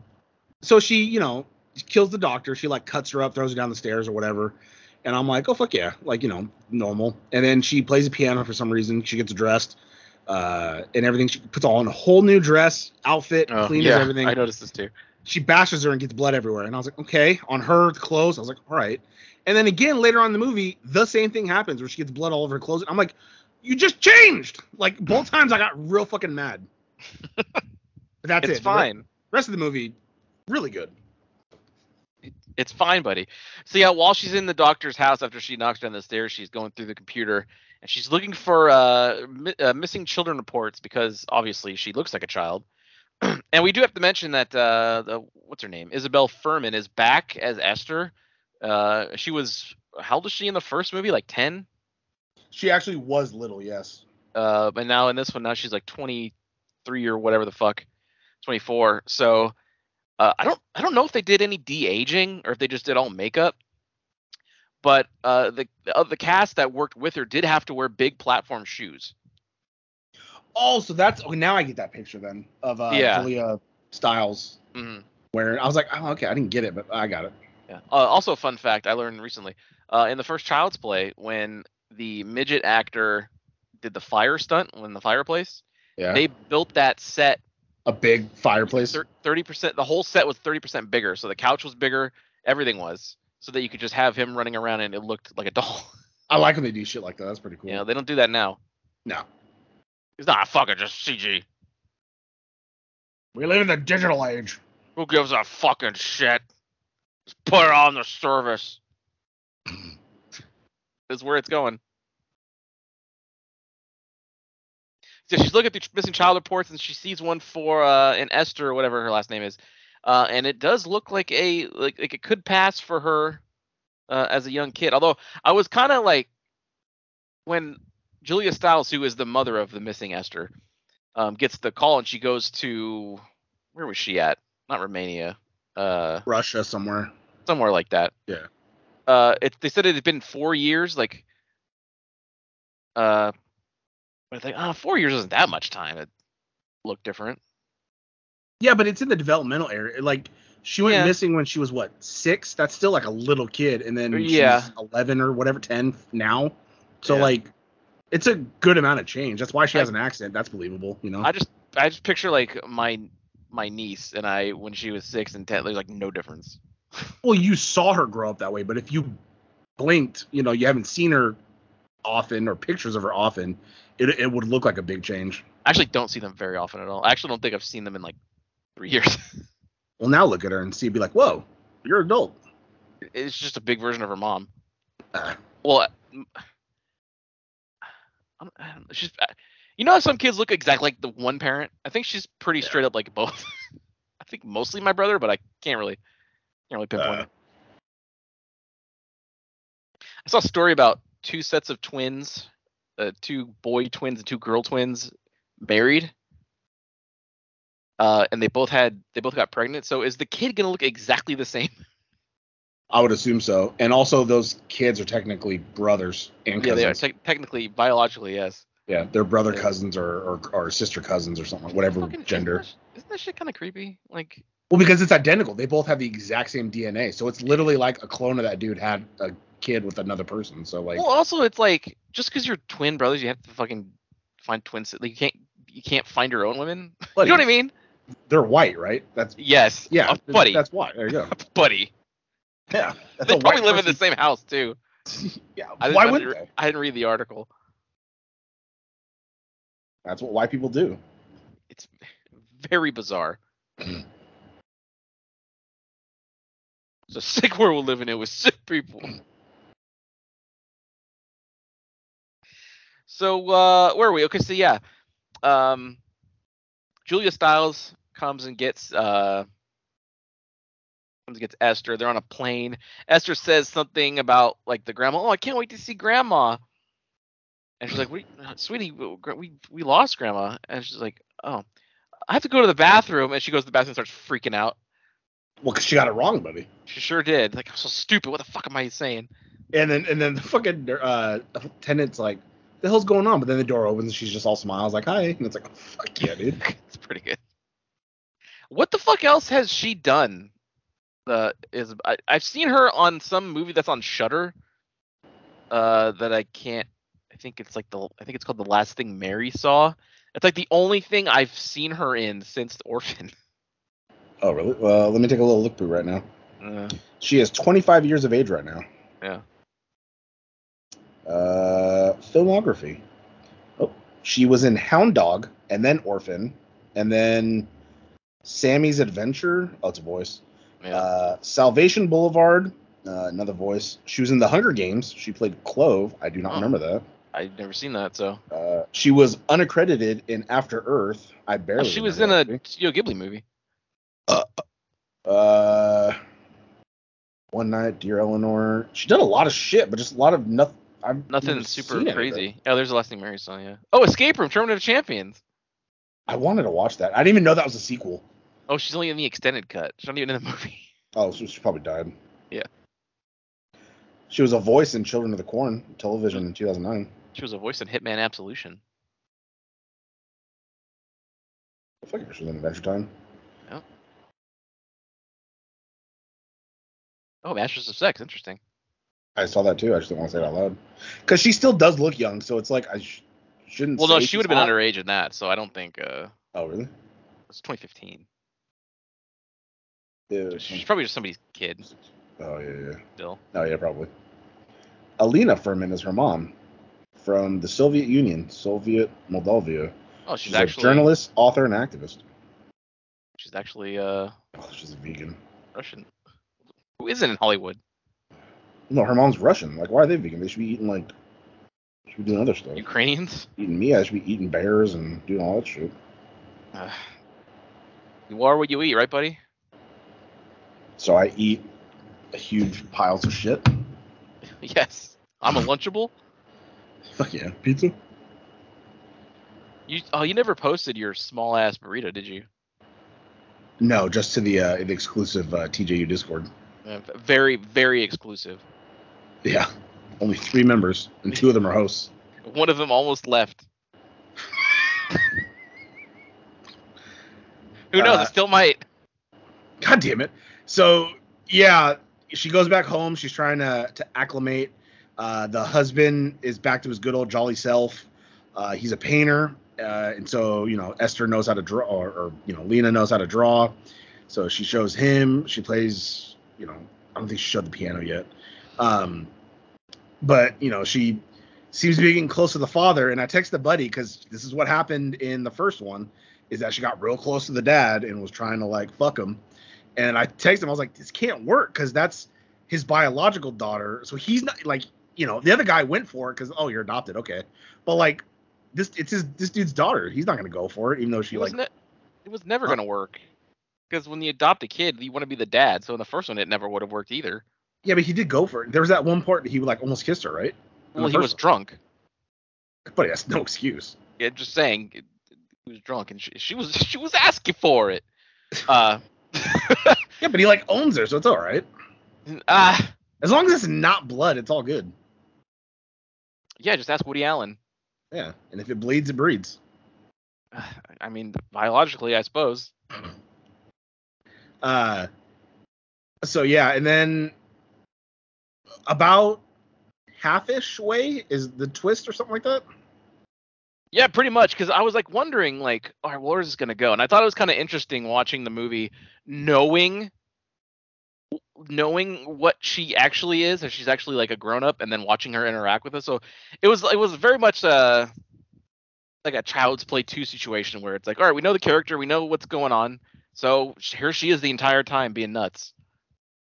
[SPEAKER 5] so she, you know, kills the doctor. She like cuts her up, throws her down the stairs or whatever. And I'm like, oh fuck yeah, like you know, normal. And then she plays the piano for some reason. She gets dressed, uh, and everything. She puts on a whole new dress, outfit,
[SPEAKER 6] Oh,
[SPEAKER 5] cleans
[SPEAKER 6] yeah,
[SPEAKER 5] everything.
[SPEAKER 6] I noticed this too.
[SPEAKER 5] She bashes her and gets blood everywhere. And I was like, okay, on her clothes. I was like, all right. And then again later on in the movie, the same thing happens where she gets blood all over her clothes. I'm like, you just changed. Like both times, I got real fucking mad. But that's
[SPEAKER 6] it's
[SPEAKER 5] it. The re-
[SPEAKER 6] fine.
[SPEAKER 5] Rest of the movie, really good.
[SPEAKER 6] It's fine, buddy. So yeah, while she's in the doctor's house after she knocks down the stairs, she's going through the computer and she's looking for uh, mi- uh missing children reports because obviously she looks like a child. and we do have to mention that uh, the, what's her name, Isabel Furman, is back as Esther. Uh, she was how old was she in the first movie? Like ten.
[SPEAKER 5] She actually was little, yes.
[SPEAKER 6] Uh, but now in this one, now she's like 23 or whatever the fuck, 24. So uh, I don't I don't know if they did any de aging or if they just did all makeup. But uh, the of the cast that worked with her did have to wear big platform shoes.
[SPEAKER 5] Oh, so that's okay. Now I get that picture then of uh,
[SPEAKER 6] Yeah.
[SPEAKER 5] Julia Styles
[SPEAKER 6] Mhm.
[SPEAKER 5] wearing. I was like, oh, okay, I didn't get it, but I got it.
[SPEAKER 6] Yeah. Uh, also, a fun fact I learned recently uh, in the first Child's Play when the midget actor did the fire stunt in the fireplace,
[SPEAKER 5] Yeah,
[SPEAKER 6] they built that set
[SPEAKER 5] a big fireplace.
[SPEAKER 6] thirty percent. The whole set was thirty percent bigger, so the couch was bigger, everything was, so that you could just have him running around and it looked like a doll.
[SPEAKER 5] I like when they do shit like that. That's pretty cool.
[SPEAKER 6] You know, they don't do that now.
[SPEAKER 5] No,
[SPEAKER 6] It's not a fucking just CG.
[SPEAKER 5] we live in the digital age.
[SPEAKER 6] Who gives a fucking shit? Just put it on the service. Is where it's going. So she's looking at the ch- missing child reports and she sees one for uh, an Esther or whatever her last name is, uh, and it does look like a like, like it could pass for her uh, as a young kid. Although I was kind of like when Julia Stiles, who is the mother of the missing Esther, um, gets the call and she goes to where was she at? Not Romania, uh,
[SPEAKER 5] Russia somewhere.
[SPEAKER 6] somewhere like that.
[SPEAKER 5] Yeah.
[SPEAKER 6] Uh, it, they said it had been four years. Like, uh, but it's like, ah, four years isn't that much time. It looked different.
[SPEAKER 5] Yeah, but it's in the developmental area. Like she went
[SPEAKER 6] Yeah.
[SPEAKER 5] missing when she was what six? That's still like a little kid, and then
[SPEAKER 6] Yeah.
[SPEAKER 5] she's eleven or whatever, ten now. So
[SPEAKER 6] Yeah.
[SPEAKER 5] like, it's a good amount of change. That's why she
[SPEAKER 6] I-
[SPEAKER 5] has an accent. That's believable. You know.
[SPEAKER 6] I just, I just picture like my my niece and I when she was six and ten. There's like no difference.
[SPEAKER 5] well you saw her grow up that way but if you blinked you know you haven't seen her often or pictures of her often it, it would look like a big change
[SPEAKER 6] I actually don't see them very often at all. I actually don't think I've seen them in like three years.
[SPEAKER 5] well now look at her and see be like whoa you're an adult
[SPEAKER 6] it's just a big version of her mom.
[SPEAKER 5] Ah.
[SPEAKER 6] Well, m- I'm, I don't know, she's. I- You know how some kids look exactly like the one parent? I think she's pretty straight up like both. I think mostly my brother, but I can't really, can't really pinpoint
[SPEAKER 5] Uh.
[SPEAKER 6] it. I saw a story about two sets of twins, uh, two boy twins and two girl twins, married. Uh, and they both had they both got pregnant. So is the kid gonna look exactly the same?
[SPEAKER 5] i would assume so and also those kids are technically brothers and
[SPEAKER 6] Yeah,
[SPEAKER 5] cousins
[SPEAKER 6] they are tec- technically biologically yes.
[SPEAKER 5] yeah they're brother
[SPEAKER 6] Yeah.
[SPEAKER 5] cousins or, or or sister cousins or something whatever
[SPEAKER 6] Fucking- isn't
[SPEAKER 5] gender
[SPEAKER 6] that sh- Isn't that shit kind of creepy? Like,
[SPEAKER 5] well because it's identical they both have the exact same dna so it's literally like a clone of that dude had a kid with another person so like
[SPEAKER 6] well, also it's like just because you're twin brothers, you have to fucking find twins. Like, you can't you can't find your own women. you know what I mean?
[SPEAKER 5] they're white right that's
[SPEAKER 6] Yes.
[SPEAKER 5] yeah
[SPEAKER 6] Uh, buddy.
[SPEAKER 5] that's why there you go
[SPEAKER 6] buddy.
[SPEAKER 5] Yeah, that's
[SPEAKER 6] They
[SPEAKER 5] a
[SPEAKER 6] probably
[SPEAKER 5] white
[SPEAKER 6] live in the
[SPEAKER 5] person-
[SPEAKER 6] same house too.
[SPEAKER 5] Yeah,
[SPEAKER 6] I didn't,
[SPEAKER 5] why
[SPEAKER 6] I
[SPEAKER 5] would
[SPEAKER 6] didn't re-
[SPEAKER 5] they?
[SPEAKER 6] I didn't read the article.
[SPEAKER 5] That's what white people do.
[SPEAKER 6] It's very bizarre. it's a sick world we're living in with sick people. So uh where are we? Okay, so yeah. Um Julia Stiles comes and gets uh comes and gets Esther. They're on a plane. Esther says something about like the grandma, "Oh, I can't wait to see grandma." And she's like, "We, sweetie, we we lost grandma." And she's like, "Oh, I have to go to the bathroom." And she goes to the bathroom and starts freaking out.
[SPEAKER 5] Well, 'cause she got it wrong, buddy.
[SPEAKER 6] She sure did. Like I'm so stupid. What the fuck am I saying?
[SPEAKER 5] And then and then the fucking uh, tenant's like, the hell's going on? But then the door opens and she's just all smiles like, hi. And it's like, oh, fuck yeah, dude.
[SPEAKER 6] it's pretty good. What the fuck else has she done? Uh, is I, I've seen her on some movie that's on Shutter. Uh, that I can't. I think it's like the. I think it's called the last thing Mary saw. It's like the only thing I've seen her in since Orphan.
[SPEAKER 5] Oh really? Well, let me take a little look through right now.
[SPEAKER 6] Uh,
[SPEAKER 5] She is 25 years of age right now.
[SPEAKER 6] Yeah.
[SPEAKER 5] Uh, filmography. Oh, she was in Hound Dog and then Orphan and then Sammy's Adventure. Oh, it's a voice.
[SPEAKER 6] yeah.
[SPEAKER 5] Uh, Salvation Boulevard. Uh, another voice. She was in The Hunger Games. She played Clove. I do not
[SPEAKER 6] Oh.
[SPEAKER 5] remember that.
[SPEAKER 6] I've never seen that. So
[SPEAKER 5] Uh, she was unaccredited in After Earth. I
[SPEAKER 6] Oh,
[SPEAKER 5] barely.
[SPEAKER 6] she was in
[SPEAKER 5] remember
[SPEAKER 6] a
[SPEAKER 5] that movie.
[SPEAKER 6] Studio Ghibli movie.
[SPEAKER 5] Uh, One Night, Dear Eleanor. She done a lot of shit, but just a lot of nothing. I've
[SPEAKER 6] Nothing
[SPEAKER 5] never
[SPEAKER 6] super
[SPEAKER 5] seen any of it.
[SPEAKER 6] crazy. Oh, there's the last thing Mary saw. Yeah. Oh, Escape Room, Tournament of Champions.
[SPEAKER 5] I wanted to watch that. I didn't even know that was a sequel.
[SPEAKER 6] Oh, she's only in the extended cut. She's not even in the movie.
[SPEAKER 5] Oh, so she probably died.
[SPEAKER 6] Yeah.
[SPEAKER 5] She was a voice in Children of the Corn television in 2009.
[SPEAKER 6] She was a voice in Hitman Absolution.
[SPEAKER 5] I figured she was in Adventure Time.
[SPEAKER 6] Oh, Masters of Sex. Interesting.
[SPEAKER 5] I saw that too. I just didn't want to say it out loud because she still does look young. So it's like I sh- shouldn't.
[SPEAKER 6] Well, no,
[SPEAKER 5] say
[SPEAKER 6] she
[SPEAKER 5] she's
[SPEAKER 6] would have been
[SPEAKER 5] hot.
[SPEAKER 6] underage in that, so I don't think. uh
[SPEAKER 5] Oh, really?
[SPEAKER 6] It's 2015.
[SPEAKER 5] Yeah.
[SPEAKER 6] She's probably just somebody's kid
[SPEAKER 5] Oh yeah, yeah.
[SPEAKER 6] still.
[SPEAKER 5] Oh yeah, probably. Alina Furman is her mom from the Soviet Union, Soviet Moldavia.
[SPEAKER 6] Oh, she's,
[SPEAKER 5] She's,
[SPEAKER 6] actually
[SPEAKER 5] a journalist, author, and activist.
[SPEAKER 6] She's actually uh
[SPEAKER 5] Oh, she's a vegan.
[SPEAKER 6] Russian. Who isn't in Hollywood?
[SPEAKER 5] No, her mom's Russian. Like, why are they vegan? They should be eating like, should be doing other stuff.
[SPEAKER 6] Ukrainians.
[SPEAKER 5] Eating meat. I should be eating bears and doing all that shit.
[SPEAKER 6] Uh, you are what you eat, right, buddy?
[SPEAKER 5] So I eat huge piles of shit.
[SPEAKER 6] yes. I'm a lunchable.
[SPEAKER 5] Fuck yeah, pizza.
[SPEAKER 6] You oh, you never posted your small ass burrito, did you?
[SPEAKER 5] No, just to the uh, the exclusive uh, TJU Discord.
[SPEAKER 6] Uh, very very exclusive.
[SPEAKER 5] Yeah, only three members, and two of them are hosts.
[SPEAKER 6] One of them almost left. Who knows?
[SPEAKER 5] Uh,
[SPEAKER 6] it still might.
[SPEAKER 5] God damn it. So yeah, she goes back home. She's trying to to acclimate. Uh, the husband is back to his good old jolly self. Uh, he's a painter, uh, and so you know Esther knows how to draw, or, or you know Lena knows how to draw. So she shows him. She plays. You know, I don't think she showed the piano yet. Um, but you know she seems to be getting close to the father. And I text the buddy because this is what happened in the first one, is that she got real close to the dad and was trying to like fuck him. And I texted him. I was like, this can't work because that's his biological daughter. So he's not like, you know, the other guy went for it because oh, you're adopted, okay. But like, this it's his this dude's daughter. He's not gonna go for it, even though she
[SPEAKER 6] It was,
[SPEAKER 5] like
[SPEAKER 6] ne- it was never
[SPEAKER 5] Huh?
[SPEAKER 6] gonna work. Because when you adopt a kid, you want to be the dad. So in the first one, it never would have worked either.
[SPEAKER 5] yeah, but he did go for it. There was that one part that he like almost kissed her, right? In
[SPEAKER 6] Well,
[SPEAKER 5] the
[SPEAKER 6] he was
[SPEAKER 5] first
[SPEAKER 6] drunk.
[SPEAKER 5] one. Buddy, that's no excuse.
[SPEAKER 6] Yeah, just saying, it- he was drunk, and she, she was she was asking for it. Uh,
[SPEAKER 5] Yeah, but he like owns her, so it's all right.
[SPEAKER 6] ah,
[SPEAKER 5] As long as it's not blood, it's all good.
[SPEAKER 6] yeah, just ask Woody Allen.
[SPEAKER 5] Yeah, and if it bleeds, it breeds.
[SPEAKER 6] I mean, biologically, I suppose.
[SPEAKER 5] Uh, so yeah, and then about half-ish way is the twist or something like that.
[SPEAKER 6] Yeah, pretty much. Because I was like wondering, like, all right, where is this gonna go? And I thought it was kind of interesting watching the movie, knowing, knowing what she actually is, and she's actually like a grown up, and then watching her interact with us. So it was, it was very much uh like a child's play two situation where it's like, all right, we know the character, we know what's going on, so sh- here she is the entire time being nuts.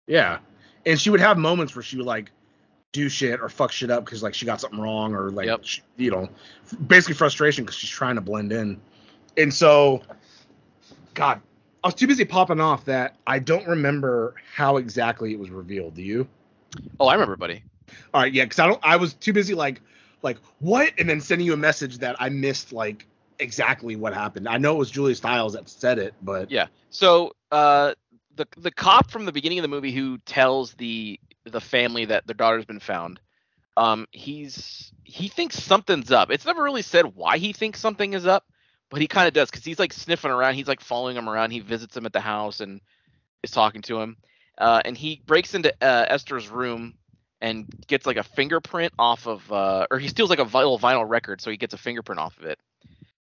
[SPEAKER 5] Yeah, and she would have moments where she would like do shit or fuck shit up because like she got something wrong or like
[SPEAKER 6] Yep.
[SPEAKER 5] she- you know, f- basically frustration because she's trying to blend in. And so, God, I was too busy popping off that I don't remember how exactly it was revealed. Do you?
[SPEAKER 6] Oh, I remember, buddy.
[SPEAKER 5] All right, yeah, because I don't. I was too busy like, like what, and then sending you a message that I missed like exactly what happened. I know it was Julia Stiles that said it, but
[SPEAKER 6] Yeah. So uh, the the cop from the beginning of the movie who tells the the family that their daughter's been found, um, he's he thinks something's up. It's never really said why he thinks something is up, but he kind of does because he's like sniffing around. He's like following him around. He visits him at the house and is talking to him. Uh, and he breaks into uh, Esther's room and gets like a fingerprint off of, uh, or he steals like a vinyl vinyl record, so he gets a fingerprint off of it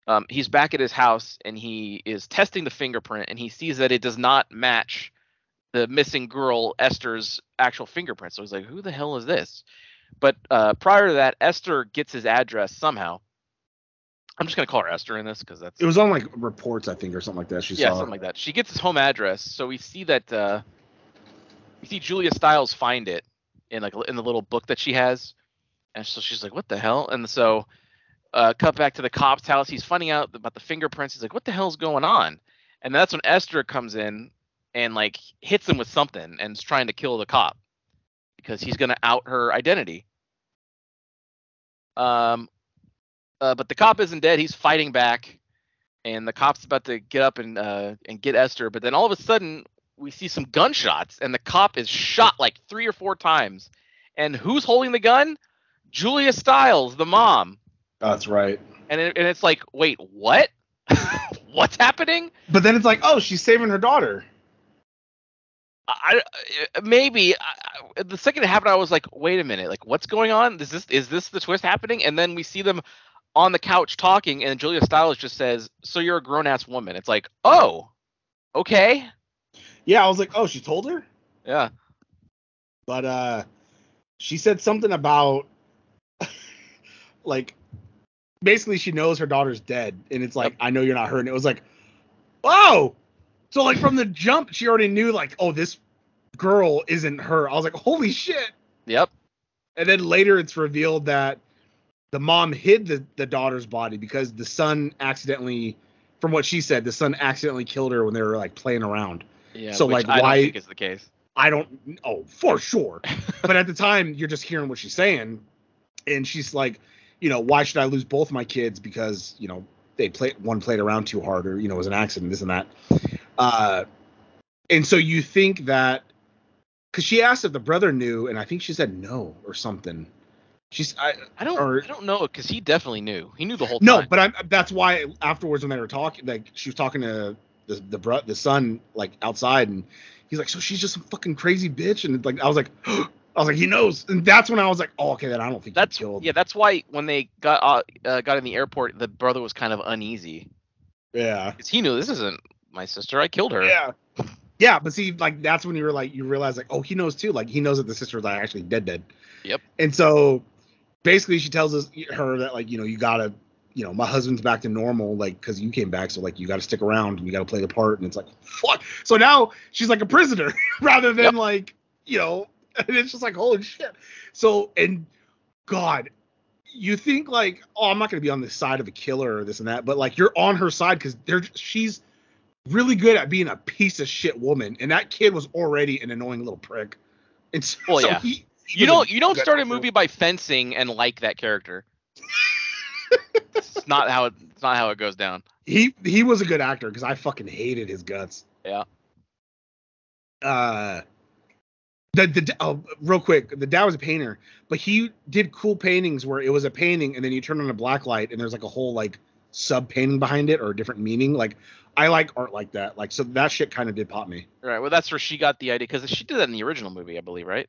[SPEAKER 6] um, he's back at his house and he is testing the fingerprint and he sees that it does not match the missing girl Esther's actual fingerprint. So he's like, "Who the hell is this?" But uh, prior to that, Esther gets his address somehow. I'm just gonna call her Esther in this because that's
[SPEAKER 5] it was on like reports, I think, or something like that. She
[SPEAKER 6] yeah,
[SPEAKER 5] saw
[SPEAKER 6] something like that. She gets his home address, so we see that uh, we see Julia Stiles find it in like in the little book that she has, and so she's like, "What the hell?" And so, uh, cut back to the cop's house. He's finding out about the fingerprints. He's like, "What the hell's going on?" And that's when Esther comes in and like hits him with something and is trying to kill the cop because he's gonna out her identity. Um, uh, but the cop isn't dead. He's fighting back and the cop's about to get up and uh, and get Esther, but then all of a sudden we see some gunshots, and the cop is shot like three or four times. And who's holding the gun? Julia Stiles, the mom.
[SPEAKER 5] That's right.
[SPEAKER 6] And it, and it's like, wait, what? What's happening?
[SPEAKER 5] But then it's like, oh, she's saving her daughter.
[SPEAKER 6] I, I- maybe I, I- the second it happened, I was like, "Wait a minute! Like, what's going on? Is this is this the twist happening?" And then we see them on the couch talking, and Julia Stiles just says, "So you're a grown ass woman." It's like, "Oh, okay,
[SPEAKER 5] Yeah, I was like, oh, she told her,
[SPEAKER 6] yeah."
[SPEAKER 5] but uh, she said something about like basically she knows her daughter's dead, and it's like, I know you're not her, and it was like, whoa. So like from the jump, she already knew like, oh, this girl isn't her. I was like, holy shit.
[SPEAKER 6] Yep.
[SPEAKER 5] And then later it's revealed that the mom hid the, the daughter's body because the son accidentally, from what she said, the son accidentally killed her when they were like playing around.
[SPEAKER 6] Yeah.
[SPEAKER 5] So,
[SPEAKER 6] which
[SPEAKER 5] like,
[SPEAKER 6] I
[SPEAKER 5] why-
[SPEAKER 6] don't think is the case?
[SPEAKER 5] I don't, oh, for sure. but at the time, you're just hearing what she's saying. And she's like, you know, why should I lose both my kids because, you know, they played one played around too hard or, you know, it was an accident, this and that. Uh, and so you think that, because she asked if the brother knew, and I think she said no or something. She's, I,
[SPEAKER 6] I don't.
[SPEAKER 5] or-
[SPEAKER 6] I don't know because he definitely knew. He knew the whole
[SPEAKER 5] no,
[SPEAKER 6] time.
[SPEAKER 5] but I'm, that's why afterwards when they were talking, like she was talking to the the, bro, the son like outside, and he's like, "So she's just some fucking crazy bitch," and like I was like, I was like, he knows, and that's when I was like, "Oh, okay, then I don't think
[SPEAKER 6] That's
[SPEAKER 5] he killed."
[SPEAKER 6] yeah. That's why when they got uh, uh, got in the airport, the brother was kind of uneasy
[SPEAKER 5] yeah,
[SPEAKER 6] because he knew this isn't my sister. I killed her.
[SPEAKER 5] yeah, yeah. But see, like that's when you were like, you realize like, oh, he knows too. Like he knows that the sister's like actually dead, dead.
[SPEAKER 6] Yep.
[SPEAKER 5] And so basically, she tells us her that like you know you gotta. You know, my husband's back to normal, like, because you came back, so like, you got to stick around and you got to play the part, and it's like, fuck. So now she's like a prisoner, rather than
[SPEAKER 6] Yep.
[SPEAKER 5] like you know and it's just like holy shit so and god you think like oh i'm not going to be on the side of a killer or this and that but like you're on her side because they're she's really good at being a piece of shit woman and that kid was already an annoying little prick and so,
[SPEAKER 6] Well,
[SPEAKER 5] so
[SPEAKER 6] yeah.
[SPEAKER 5] he, he was
[SPEAKER 6] You
[SPEAKER 5] a
[SPEAKER 6] don't you don't
[SPEAKER 5] good
[SPEAKER 6] start a
[SPEAKER 5] actor.
[SPEAKER 6] movie by fencing and like that character. it's not how it, it's not how it goes down.
[SPEAKER 5] he he was a good actor because I fucking hated his guts.
[SPEAKER 6] Yeah.
[SPEAKER 5] Uh, the the oh, real quick, the dad was a painter, but he did cool paintings where it was a painting and then you turn on a black light and there's like a whole like sub painting behind it or a different meaning. Like I like art like that. Like so that shit kind of did pop me.
[SPEAKER 6] Right. Well, that's where she got the idea because she did that in the original movie, I believe, right?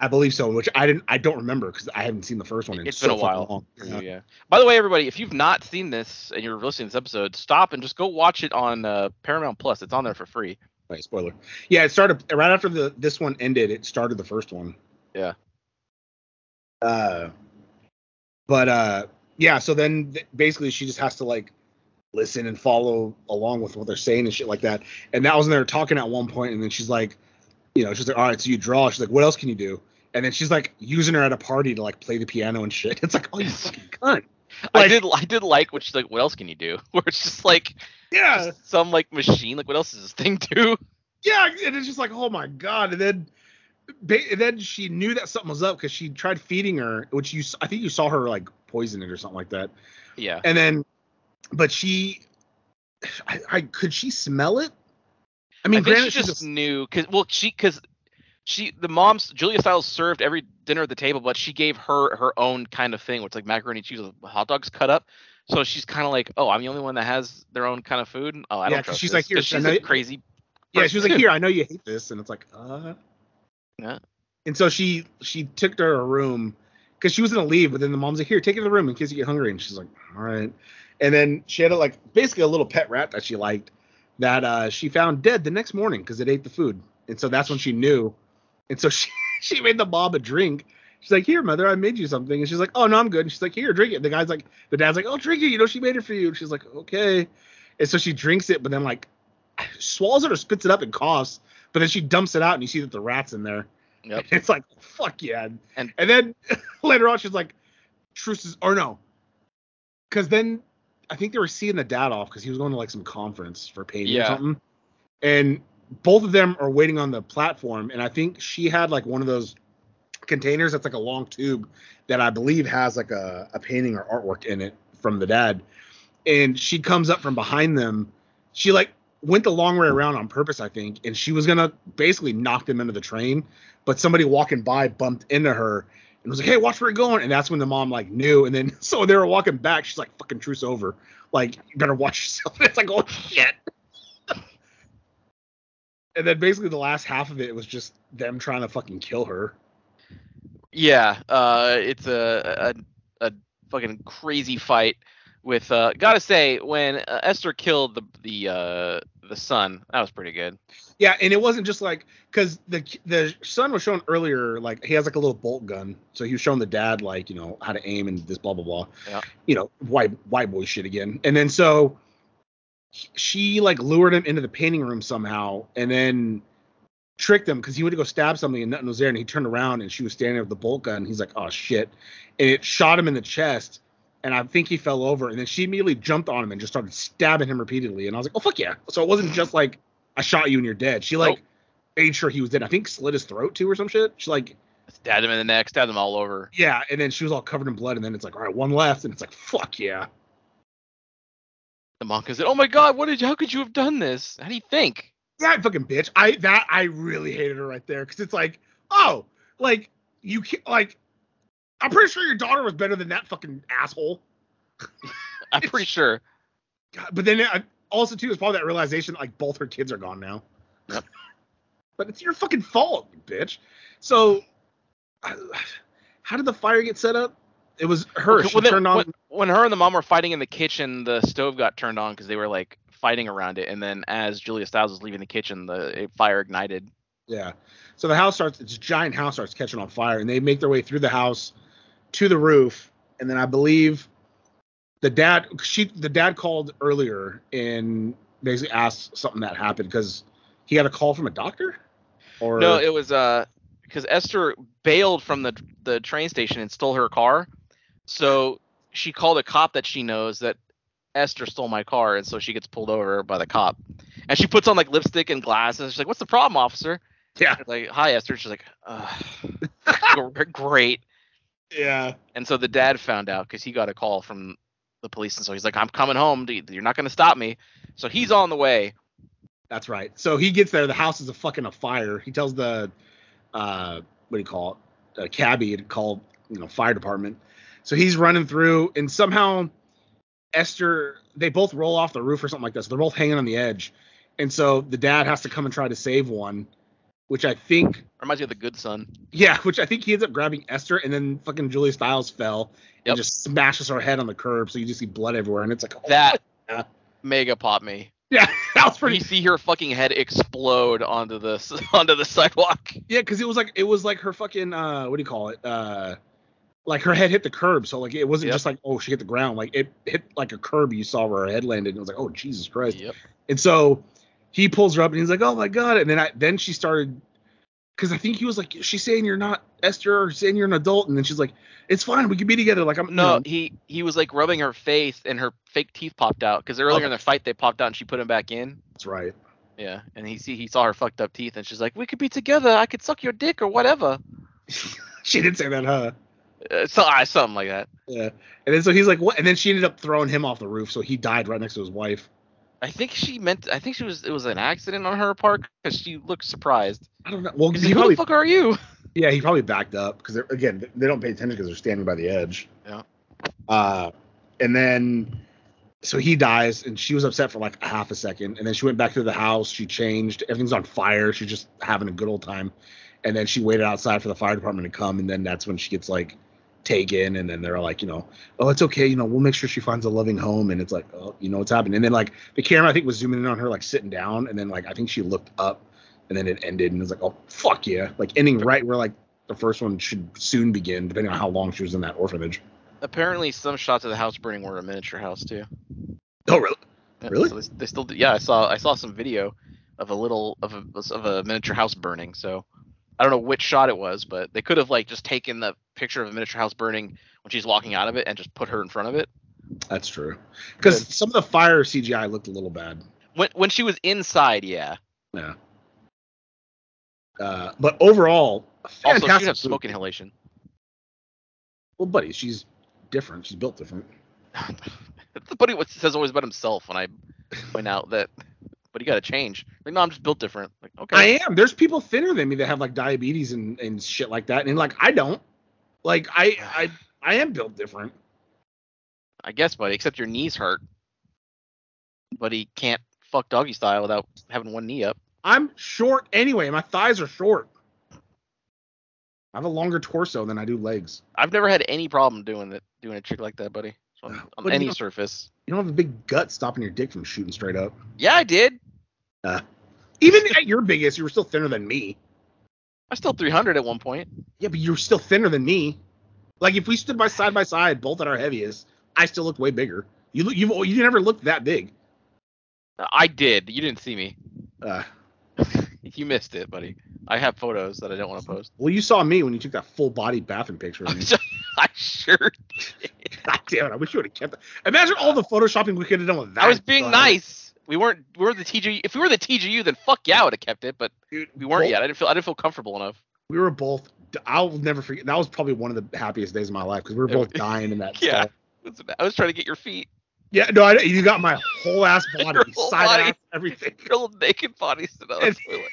[SPEAKER 5] I believe so, which I didn't. I don't remember because I haven't seen the first one. in
[SPEAKER 6] It's
[SPEAKER 5] so
[SPEAKER 6] been a
[SPEAKER 5] fucking
[SPEAKER 6] while.
[SPEAKER 5] long.
[SPEAKER 6] Yeah. By the way, everybody, if you've not seen this and you're listening to this episode, stop and just go watch it on uh, Paramount Plus. It's on there for free.
[SPEAKER 5] Wait, spoiler. Yeah, it started right after the this one ended. It started the first one.
[SPEAKER 6] Yeah.
[SPEAKER 5] Uh, but uh, yeah. So then th- basically she just has to like listen and follow along with what they're saying and shit like that. And that was when they were talking at one point, and then she's like, you know, she's like, all right, so you draw. She's like, what else can you do? And then she's like using her at a party to like play the piano and shit. It's like, oh, you
[SPEAKER 6] Yes.
[SPEAKER 5] fucking cunt.
[SPEAKER 6] I
[SPEAKER 5] Like-
[SPEAKER 6] did I did like what she's like. What else can you do? Where it's just like
[SPEAKER 5] Yeah.
[SPEAKER 6] just some like machine. Like what else does this thing do?
[SPEAKER 5] yeah, and it's just like, oh my god, and then ba- then she knew that something was up because she tried feeding her, which you s- I think you saw her like poison it or something like that.
[SPEAKER 6] Yeah.
[SPEAKER 5] And then, but she, I, I could she smell it? I mean,
[SPEAKER 6] I think
[SPEAKER 5] granted,
[SPEAKER 6] she
[SPEAKER 5] she's
[SPEAKER 6] just
[SPEAKER 5] a-
[SPEAKER 6] knew because well, she because she the mom's Julia Stiles served every dinner at the table, but she gave her her own kind of thing, which is like macaroni and cheese with hot dogs cut up. So she's kind of like, oh, I'm the only one that has their own kind of food. Oh, I
[SPEAKER 5] Yeah,
[SPEAKER 6] don't
[SPEAKER 5] 'cause
[SPEAKER 6] trust.
[SPEAKER 5] she's
[SPEAKER 6] this.
[SPEAKER 5] like, here,
[SPEAKER 6] 'Cause
[SPEAKER 5] I
[SPEAKER 6] she's
[SPEAKER 5] know
[SPEAKER 6] a
[SPEAKER 5] you-
[SPEAKER 6] crazy.
[SPEAKER 5] yeah, she was like,
[SPEAKER 6] person.
[SPEAKER 5] here, I know you hate this, and it's like, uh.
[SPEAKER 6] Yeah.
[SPEAKER 5] And so she she took her to her room because she was gonna leave, but then the mom's like, here, take it to the room in case you get hungry, and she's like, all right. And then she had a, like basically a little pet rat that she liked that uh, she found dead the next morning because it ate the food, and so that's when she knew. And so she she made the mom a drink. She's like, here, mother, I made you something, and she's like, oh no, I'm good. And she's like, here, drink it. the guy's like, the dad's like, oh, drink it. You know, she made it for you. And she's like, okay. And so she drinks it, but then like swallows it or spits it up and coughs, but then she dumps it out and you see that the rat's in there.
[SPEAKER 6] Yep.
[SPEAKER 5] It's like fuck yeah. And,
[SPEAKER 6] And-
[SPEAKER 5] then later on she's like truce is or no. Cause then I think they were seeing the dad off because he was going to like some conference for painting or
[SPEAKER 6] Yeah.
[SPEAKER 5] something. And both of them are waiting on the platform, and I think she had like one of those containers that's like a long tube that I believe has like a, a painting or artwork in it from the dad. And she comes up from behind them. She like went the long way around on purpose, I think, and she was gonna basically knock them into the train, but somebody walking by bumped into her and was like, "Hey, watch where you're going!" And that's when the mom like knew, and then so they were walking back. She's like, "Fucking truce over! Like, you better watch yourself." It's like, "Oh shit!" and then basically the last half of it was just them trying to fucking kill her.
[SPEAKER 6] Yeah, uh, it's a, a a fucking crazy fight with. Uh, gotta say, when uh, Esther killed the the uh, the son, that was pretty good.
[SPEAKER 5] Yeah, and it wasn't just like because the the son was shown earlier, like he has like a little bolt gun, so he was showing the dad like you know how to aim and this blah blah blah.
[SPEAKER 6] Yeah.
[SPEAKER 5] You know white white boy shit again, and then so he- she like lured him into the painting room somehow, and then tricked him because he went to go stab something and nothing was there, and he turned around and she was standing there with the bolt gun. He's like, oh shit, and it shot him in the chest. And I think he fell over, and then she immediately jumped on him and just started stabbing him repeatedly. And I was like, "Oh fuck yeah!" So it wasn't just like I shot you and you're dead. She like
[SPEAKER 6] Nope.
[SPEAKER 5] made sure he was dead. I think slit his throat too or some shit. She like
[SPEAKER 6] Stabbed him in the neck, stabbed him all over.
[SPEAKER 5] yeah, and then she was all covered in blood, and then it's like all right, one left, and it's like fuck yeah.
[SPEAKER 6] The monk is like, "Oh my god, what did? you? How could you have done this? How do you think?"
[SPEAKER 5] Yeah, fucking bitch. I that I really hated her right there because it's like oh like you can like I'm pretty sure your daughter was better than that fucking asshole.
[SPEAKER 6] I'm pretty sure.
[SPEAKER 5] God, but then I, also too is probably that realization like both her kids are gone now. but it's your fucking fault, you bitch. So I- how did the fire get set up? It was her.
[SPEAKER 6] Okay,
[SPEAKER 5] she
[SPEAKER 6] well, then-
[SPEAKER 5] turned on.
[SPEAKER 6] when, when her and the mom were fighting in the kitchen. The stove got turned on because they were like fighting around it, and then as Julia Stiles was leaving the kitchen, the fire ignited.
[SPEAKER 5] Yeah. So the house starts, this giant house starts catching on fire, and they make their way through the house to the roof, and then I believe the dad, she, the dad called earlier and basically asked something that happened because he got a call from a doctor. Or
[SPEAKER 6] No, it was uh because Esther bailed from the the train station and stole her car. So she called a cop that she knows that Esther stole my car, and so she gets pulled over by the cop. And she puts on like lipstick and glasses. She's like, "What's the problem, officer?"
[SPEAKER 5] yeah,
[SPEAKER 6] It's like, "Hi, Esther." She's like, Ugh, gr- "Great."
[SPEAKER 5] yeah,
[SPEAKER 6] And so the dad found out because he got a call from the police, and so he's like, "I'm coming home. dude. You're not going to stop me." So he's on the way.
[SPEAKER 5] that's right. So he gets there, the house is a fucking afire. He tells the, uh, what do you call it, a cabbie to call, you know, fire department. So he's running through, and somehow Esther, they both roll off the roof or something like this. They're both hanging on the edge. And so the dad has to come and try to save one, which I think,
[SPEAKER 6] Reminds me of the good son.
[SPEAKER 5] yeah, which I think he ends up grabbing Esther, and then fucking Julia Stiles fell
[SPEAKER 6] Yep.
[SPEAKER 5] and just smashes her head on the curb. So you just see blood everywhere, and it's like, oh,
[SPEAKER 6] That
[SPEAKER 5] Yeah.
[SPEAKER 6] mega pop me.
[SPEAKER 5] yeah, that was pretty
[SPEAKER 6] you see her fucking head explode onto the s- onto the sidewalk.
[SPEAKER 5] Yeah, because it was like it was like her fucking uh what do you call it? Uh like her head hit the curb, so like it wasn't
[SPEAKER 6] Yep.
[SPEAKER 5] just like oh she hit the ground, like it hit like a curb. You saw where her head landed, and it was like oh Jesus Christ. And so he pulls her up, and he's like oh my god. And then I then she started because I think he was like she's saying you're not Esther, or saying you're an adult, and then she's like it's fine, we can be together. Like I'm you
[SPEAKER 6] No,
[SPEAKER 5] know,
[SPEAKER 6] he he was like rubbing her face, and her fake teeth popped out because earlier in the fight they popped out, and she put them back in.
[SPEAKER 5] that's right.
[SPEAKER 6] Yeah, and he see he saw her fucked up teeth, and she's like, "We could be together. I could suck your dick or whatever."
[SPEAKER 5] she did say that, huh?
[SPEAKER 6] Uh, so uh, something like that.
[SPEAKER 5] Yeah. And then so he's like, what? And then she ended up throwing him off the roof, so he died right next to his wife.
[SPEAKER 6] I think she meant. I think she was. It was an accident on her part because she looked surprised.
[SPEAKER 5] I don't know. Well,
[SPEAKER 6] He's
[SPEAKER 5] he
[SPEAKER 6] like, "Who
[SPEAKER 5] probably,
[SPEAKER 6] the fuck are you?"
[SPEAKER 5] yeah, he probably backed up because again, th- they don't pay attention because they're standing by the edge.
[SPEAKER 6] Yeah.
[SPEAKER 5] Uh, and then so he dies, and she was upset for like a half a second, and then she went back to the house. She changed. Everything's on fire. She's just having a good old time. And then she waited outside for the fire department to come, and then that's when she gets like taken, and then they're like, you know, oh, it's okay, you know, we'll make sure she finds a loving home, and it's like, oh, you know, what's happening. And then like the camera, I think, was zooming in on her like sitting down, and then like I think she looked up, and then it ended, and it's like, oh, fuck yeah, like ending right where like the first one should soon begin, depending on how long she was in that orphanage.
[SPEAKER 6] Apparently, some shots of the house burning were a miniature house too.
[SPEAKER 5] Oh, really?
[SPEAKER 6] Yeah,
[SPEAKER 5] Really?
[SPEAKER 6] So they, they still. do- Yeah, I saw. I saw some video of a little of a of a miniature house burning. So I don't know which shot it was, but they could have like just taken the picture of a miniature house burning when she's walking out of it and just put her in front of it.
[SPEAKER 5] That's true. Because
[SPEAKER 6] Good.
[SPEAKER 5] some of the fire CGI looked a little bad.
[SPEAKER 6] When when she was inside, yeah.
[SPEAKER 5] Yeah. Uh, but overall, a
[SPEAKER 6] Also,
[SPEAKER 5] fantastic.
[SPEAKER 6] she would have
[SPEAKER 5] movie.
[SPEAKER 6] smoke inhalation.
[SPEAKER 5] Well, buddy, she's different. She's built different.
[SPEAKER 6] That's the buddy what says always about himself when I point out that. But you got to change. Like, no, I'm just built different. Like, okay.
[SPEAKER 5] I am. There's people thinner than me that have like diabetes and, and shit like that, and like I don't. Like I I I am built different.
[SPEAKER 6] I guess, buddy. Except your knees hurt. But he can't fuck doggy style without having one knee up.
[SPEAKER 5] I'm short anyway. My thighs are short. I have a longer torso than I do legs.
[SPEAKER 6] I've never had any problem doing that, doing a trick like that, buddy. So on, on
[SPEAKER 5] But
[SPEAKER 6] any
[SPEAKER 5] you-
[SPEAKER 6] surface.
[SPEAKER 5] You don't have a big gut stopping your dick from shooting straight up.
[SPEAKER 6] Yeah, I did.
[SPEAKER 5] Even at your biggest, you were still thinner than me.
[SPEAKER 6] I was still 300 at one point.
[SPEAKER 5] Yeah, but you're still thinner than me. Like if we stood by side by side, both at our heaviest, I still look way bigger. You look, you you never looked that big.
[SPEAKER 6] Uh, I did. You didn't see me.
[SPEAKER 5] Uh,
[SPEAKER 6] You missed it, buddy. I have photos that I don't want to post.
[SPEAKER 5] well, you saw me when you took that full body bathroom picture of me.
[SPEAKER 6] I sure.
[SPEAKER 5] God damn it! I wish you would have kept that. Imagine all the photoshopping we could have done with that.
[SPEAKER 6] I was being
[SPEAKER 5] son.
[SPEAKER 6] nice. We weren't. We were the TGU. If we were the TGU, then fuck yeah, I would have kept it. But
[SPEAKER 5] Dude,
[SPEAKER 6] we weren't
[SPEAKER 5] both-
[SPEAKER 6] yet. I didn't feel. I didn't feel comfortable enough.
[SPEAKER 5] We were both. I'll never forget. That was probably one of the happiest days of my life because we were both dying in that.
[SPEAKER 6] Yeah.
[SPEAKER 5] stall.
[SPEAKER 6] I was trying to get your feet,
[SPEAKER 5] Yeah. No, I, you got my whole ass body,
[SPEAKER 6] Your whole
[SPEAKER 5] side
[SPEAKER 6] body.
[SPEAKER 5] ass, everything.
[SPEAKER 6] your little naked bodies to the
[SPEAKER 5] It's-
[SPEAKER 6] toilet.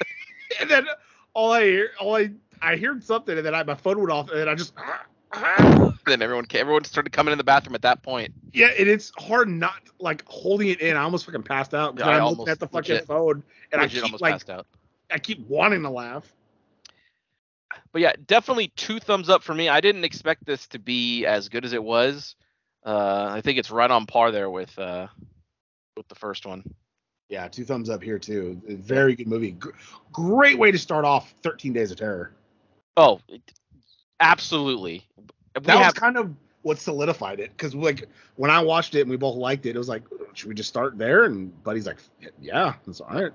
[SPEAKER 5] and then all I hear, all I, I heard something, and then I, my phone went off, and then I just. "Ah, ah."
[SPEAKER 6] Then everyone, ca- everyone started coming in the bathroom at that point.
[SPEAKER 5] Yeah, and it's hard not like holding it in. I almost fucking passed out because
[SPEAKER 6] Yeah, I
[SPEAKER 5] I'm
[SPEAKER 6] almost
[SPEAKER 5] looking at the fucking
[SPEAKER 6] legit-
[SPEAKER 5] phone, and I
[SPEAKER 6] Bridget
[SPEAKER 5] keep
[SPEAKER 6] almost
[SPEAKER 5] like
[SPEAKER 6] passed out.
[SPEAKER 5] I keep wanting to laugh.
[SPEAKER 6] But yeah, definitely two thumbs up for me. I didn't expect this to be as good as it was. Uh, I think it's right on par there with uh, with the first one.
[SPEAKER 5] Yeah, two thumbs up here too. Very good movie. Gr- great way to start off 13 Days of Terror.
[SPEAKER 6] Oh, it, absolutely. We
[SPEAKER 5] That was
[SPEAKER 6] have
[SPEAKER 5] kind of what solidified it because like when I watched it and we both liked it, it was like, should we just start there? And Buddy's like, yeah, it's all right.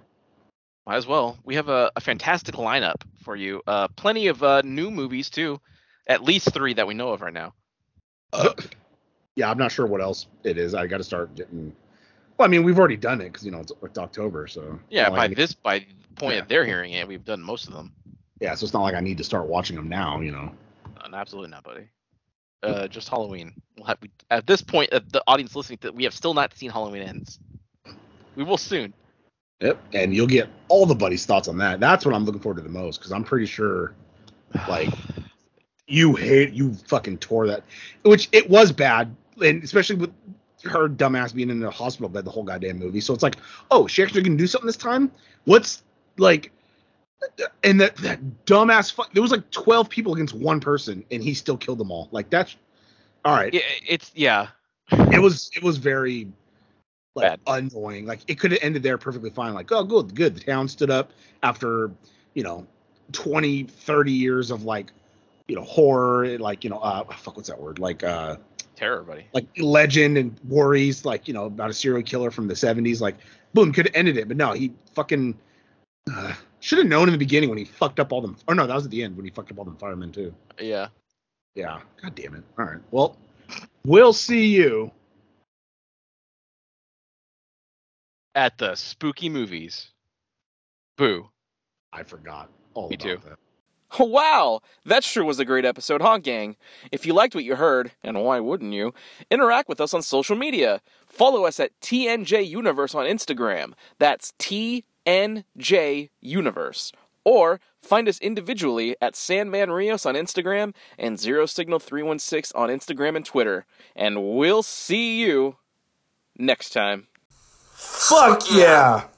[SPEAKER 6] Might as well. We have a, a fantastic lineup for you. Uh, plenty of uh, new movies too, at least three that we know of right now.
[SPEAKER 5] yeah, I'm not sure what else it is. I got to start getting. Well, I mean, we've already done it because you know it's, it's October, so
[SPEAKER 6] Yeah,
[SPEAKER 5] Not
[SPEAKER 6] by
[SPEAKER 5] like I need-
[SPEAKER 6] this by the point
[SPEAKER 5] Yeah.
[SPEAKER 6] that they're hearing it, we've done most of them.
[SPEAKER 5] yeah. So it's not like I need to start watching them now, you know.
[SPEAKER 6] Uh, absolutely not, buddy. Uh, just Halloween. We'll have, we, at this point, uh, the audience listening, to, we have still not seen Halloween Ends. We will soon.
[SPEAKER 5] Yep. And you'll get all the buddy's thoughts on that. That's what I'm looking forward to the most because I'm pretty sure, like, you hate you fucking tore that, which it was bad, and especially with her dumbass being in the hospital bed the whole goddamn movie. So it's like, oh, she actually can do something this time. What's like? And that that dumbass fuck. There was like 12 people against one person, and he still killed them all. Like that's all right
[SPEAKER 6] Yeah, it's yeah.
[SPEAKER 5] it was it was very like
[SPEAKER 6] Bad.
[SPEAKER 5] annoying. Like it could have ended there perfectly fine. Like, oh good, good. The town stood up after, you know, 20, 30 years of like, you know, horror, like, you know, uh fuck what's that word? Like uh
[SPEAKER 6] Terror, buddy.
[SPEAKER 5] like legend and worries, like you know about a serial killer from the '70s. Like, boom, could have ended it, but no, he fucking uh, should have known in the beginning when he fucked up all them. Or no, that was at the end when he fucked up all them firemen too.
[SPEAKER 6] Yeah.
[SPEAKER 5] Yeah, god damn it. All right, well, we'll see you.
[SPEAKER 6] At the spooky movies. Boo.
[SPEAKER 5] I forgot all
[SPEAKER 6] Me
[SPEAKER 5] about
[SPEAKER 6] too.
[SPEAKER 5] that.
[SPEAKER 7] Wow, that sure was a great episode, huh, gang? If you liked what you heard, and why wouldn't you, interact with us on social media. Follow us at TNJ Universe on Instagram. That's TNJ Universe. Or find us individually at Sandman Rios on Instagram and Zero Signal 316 on Instagram and Twitter. And we'll see you next time.
[SPEAKER 8] Fuck yeah.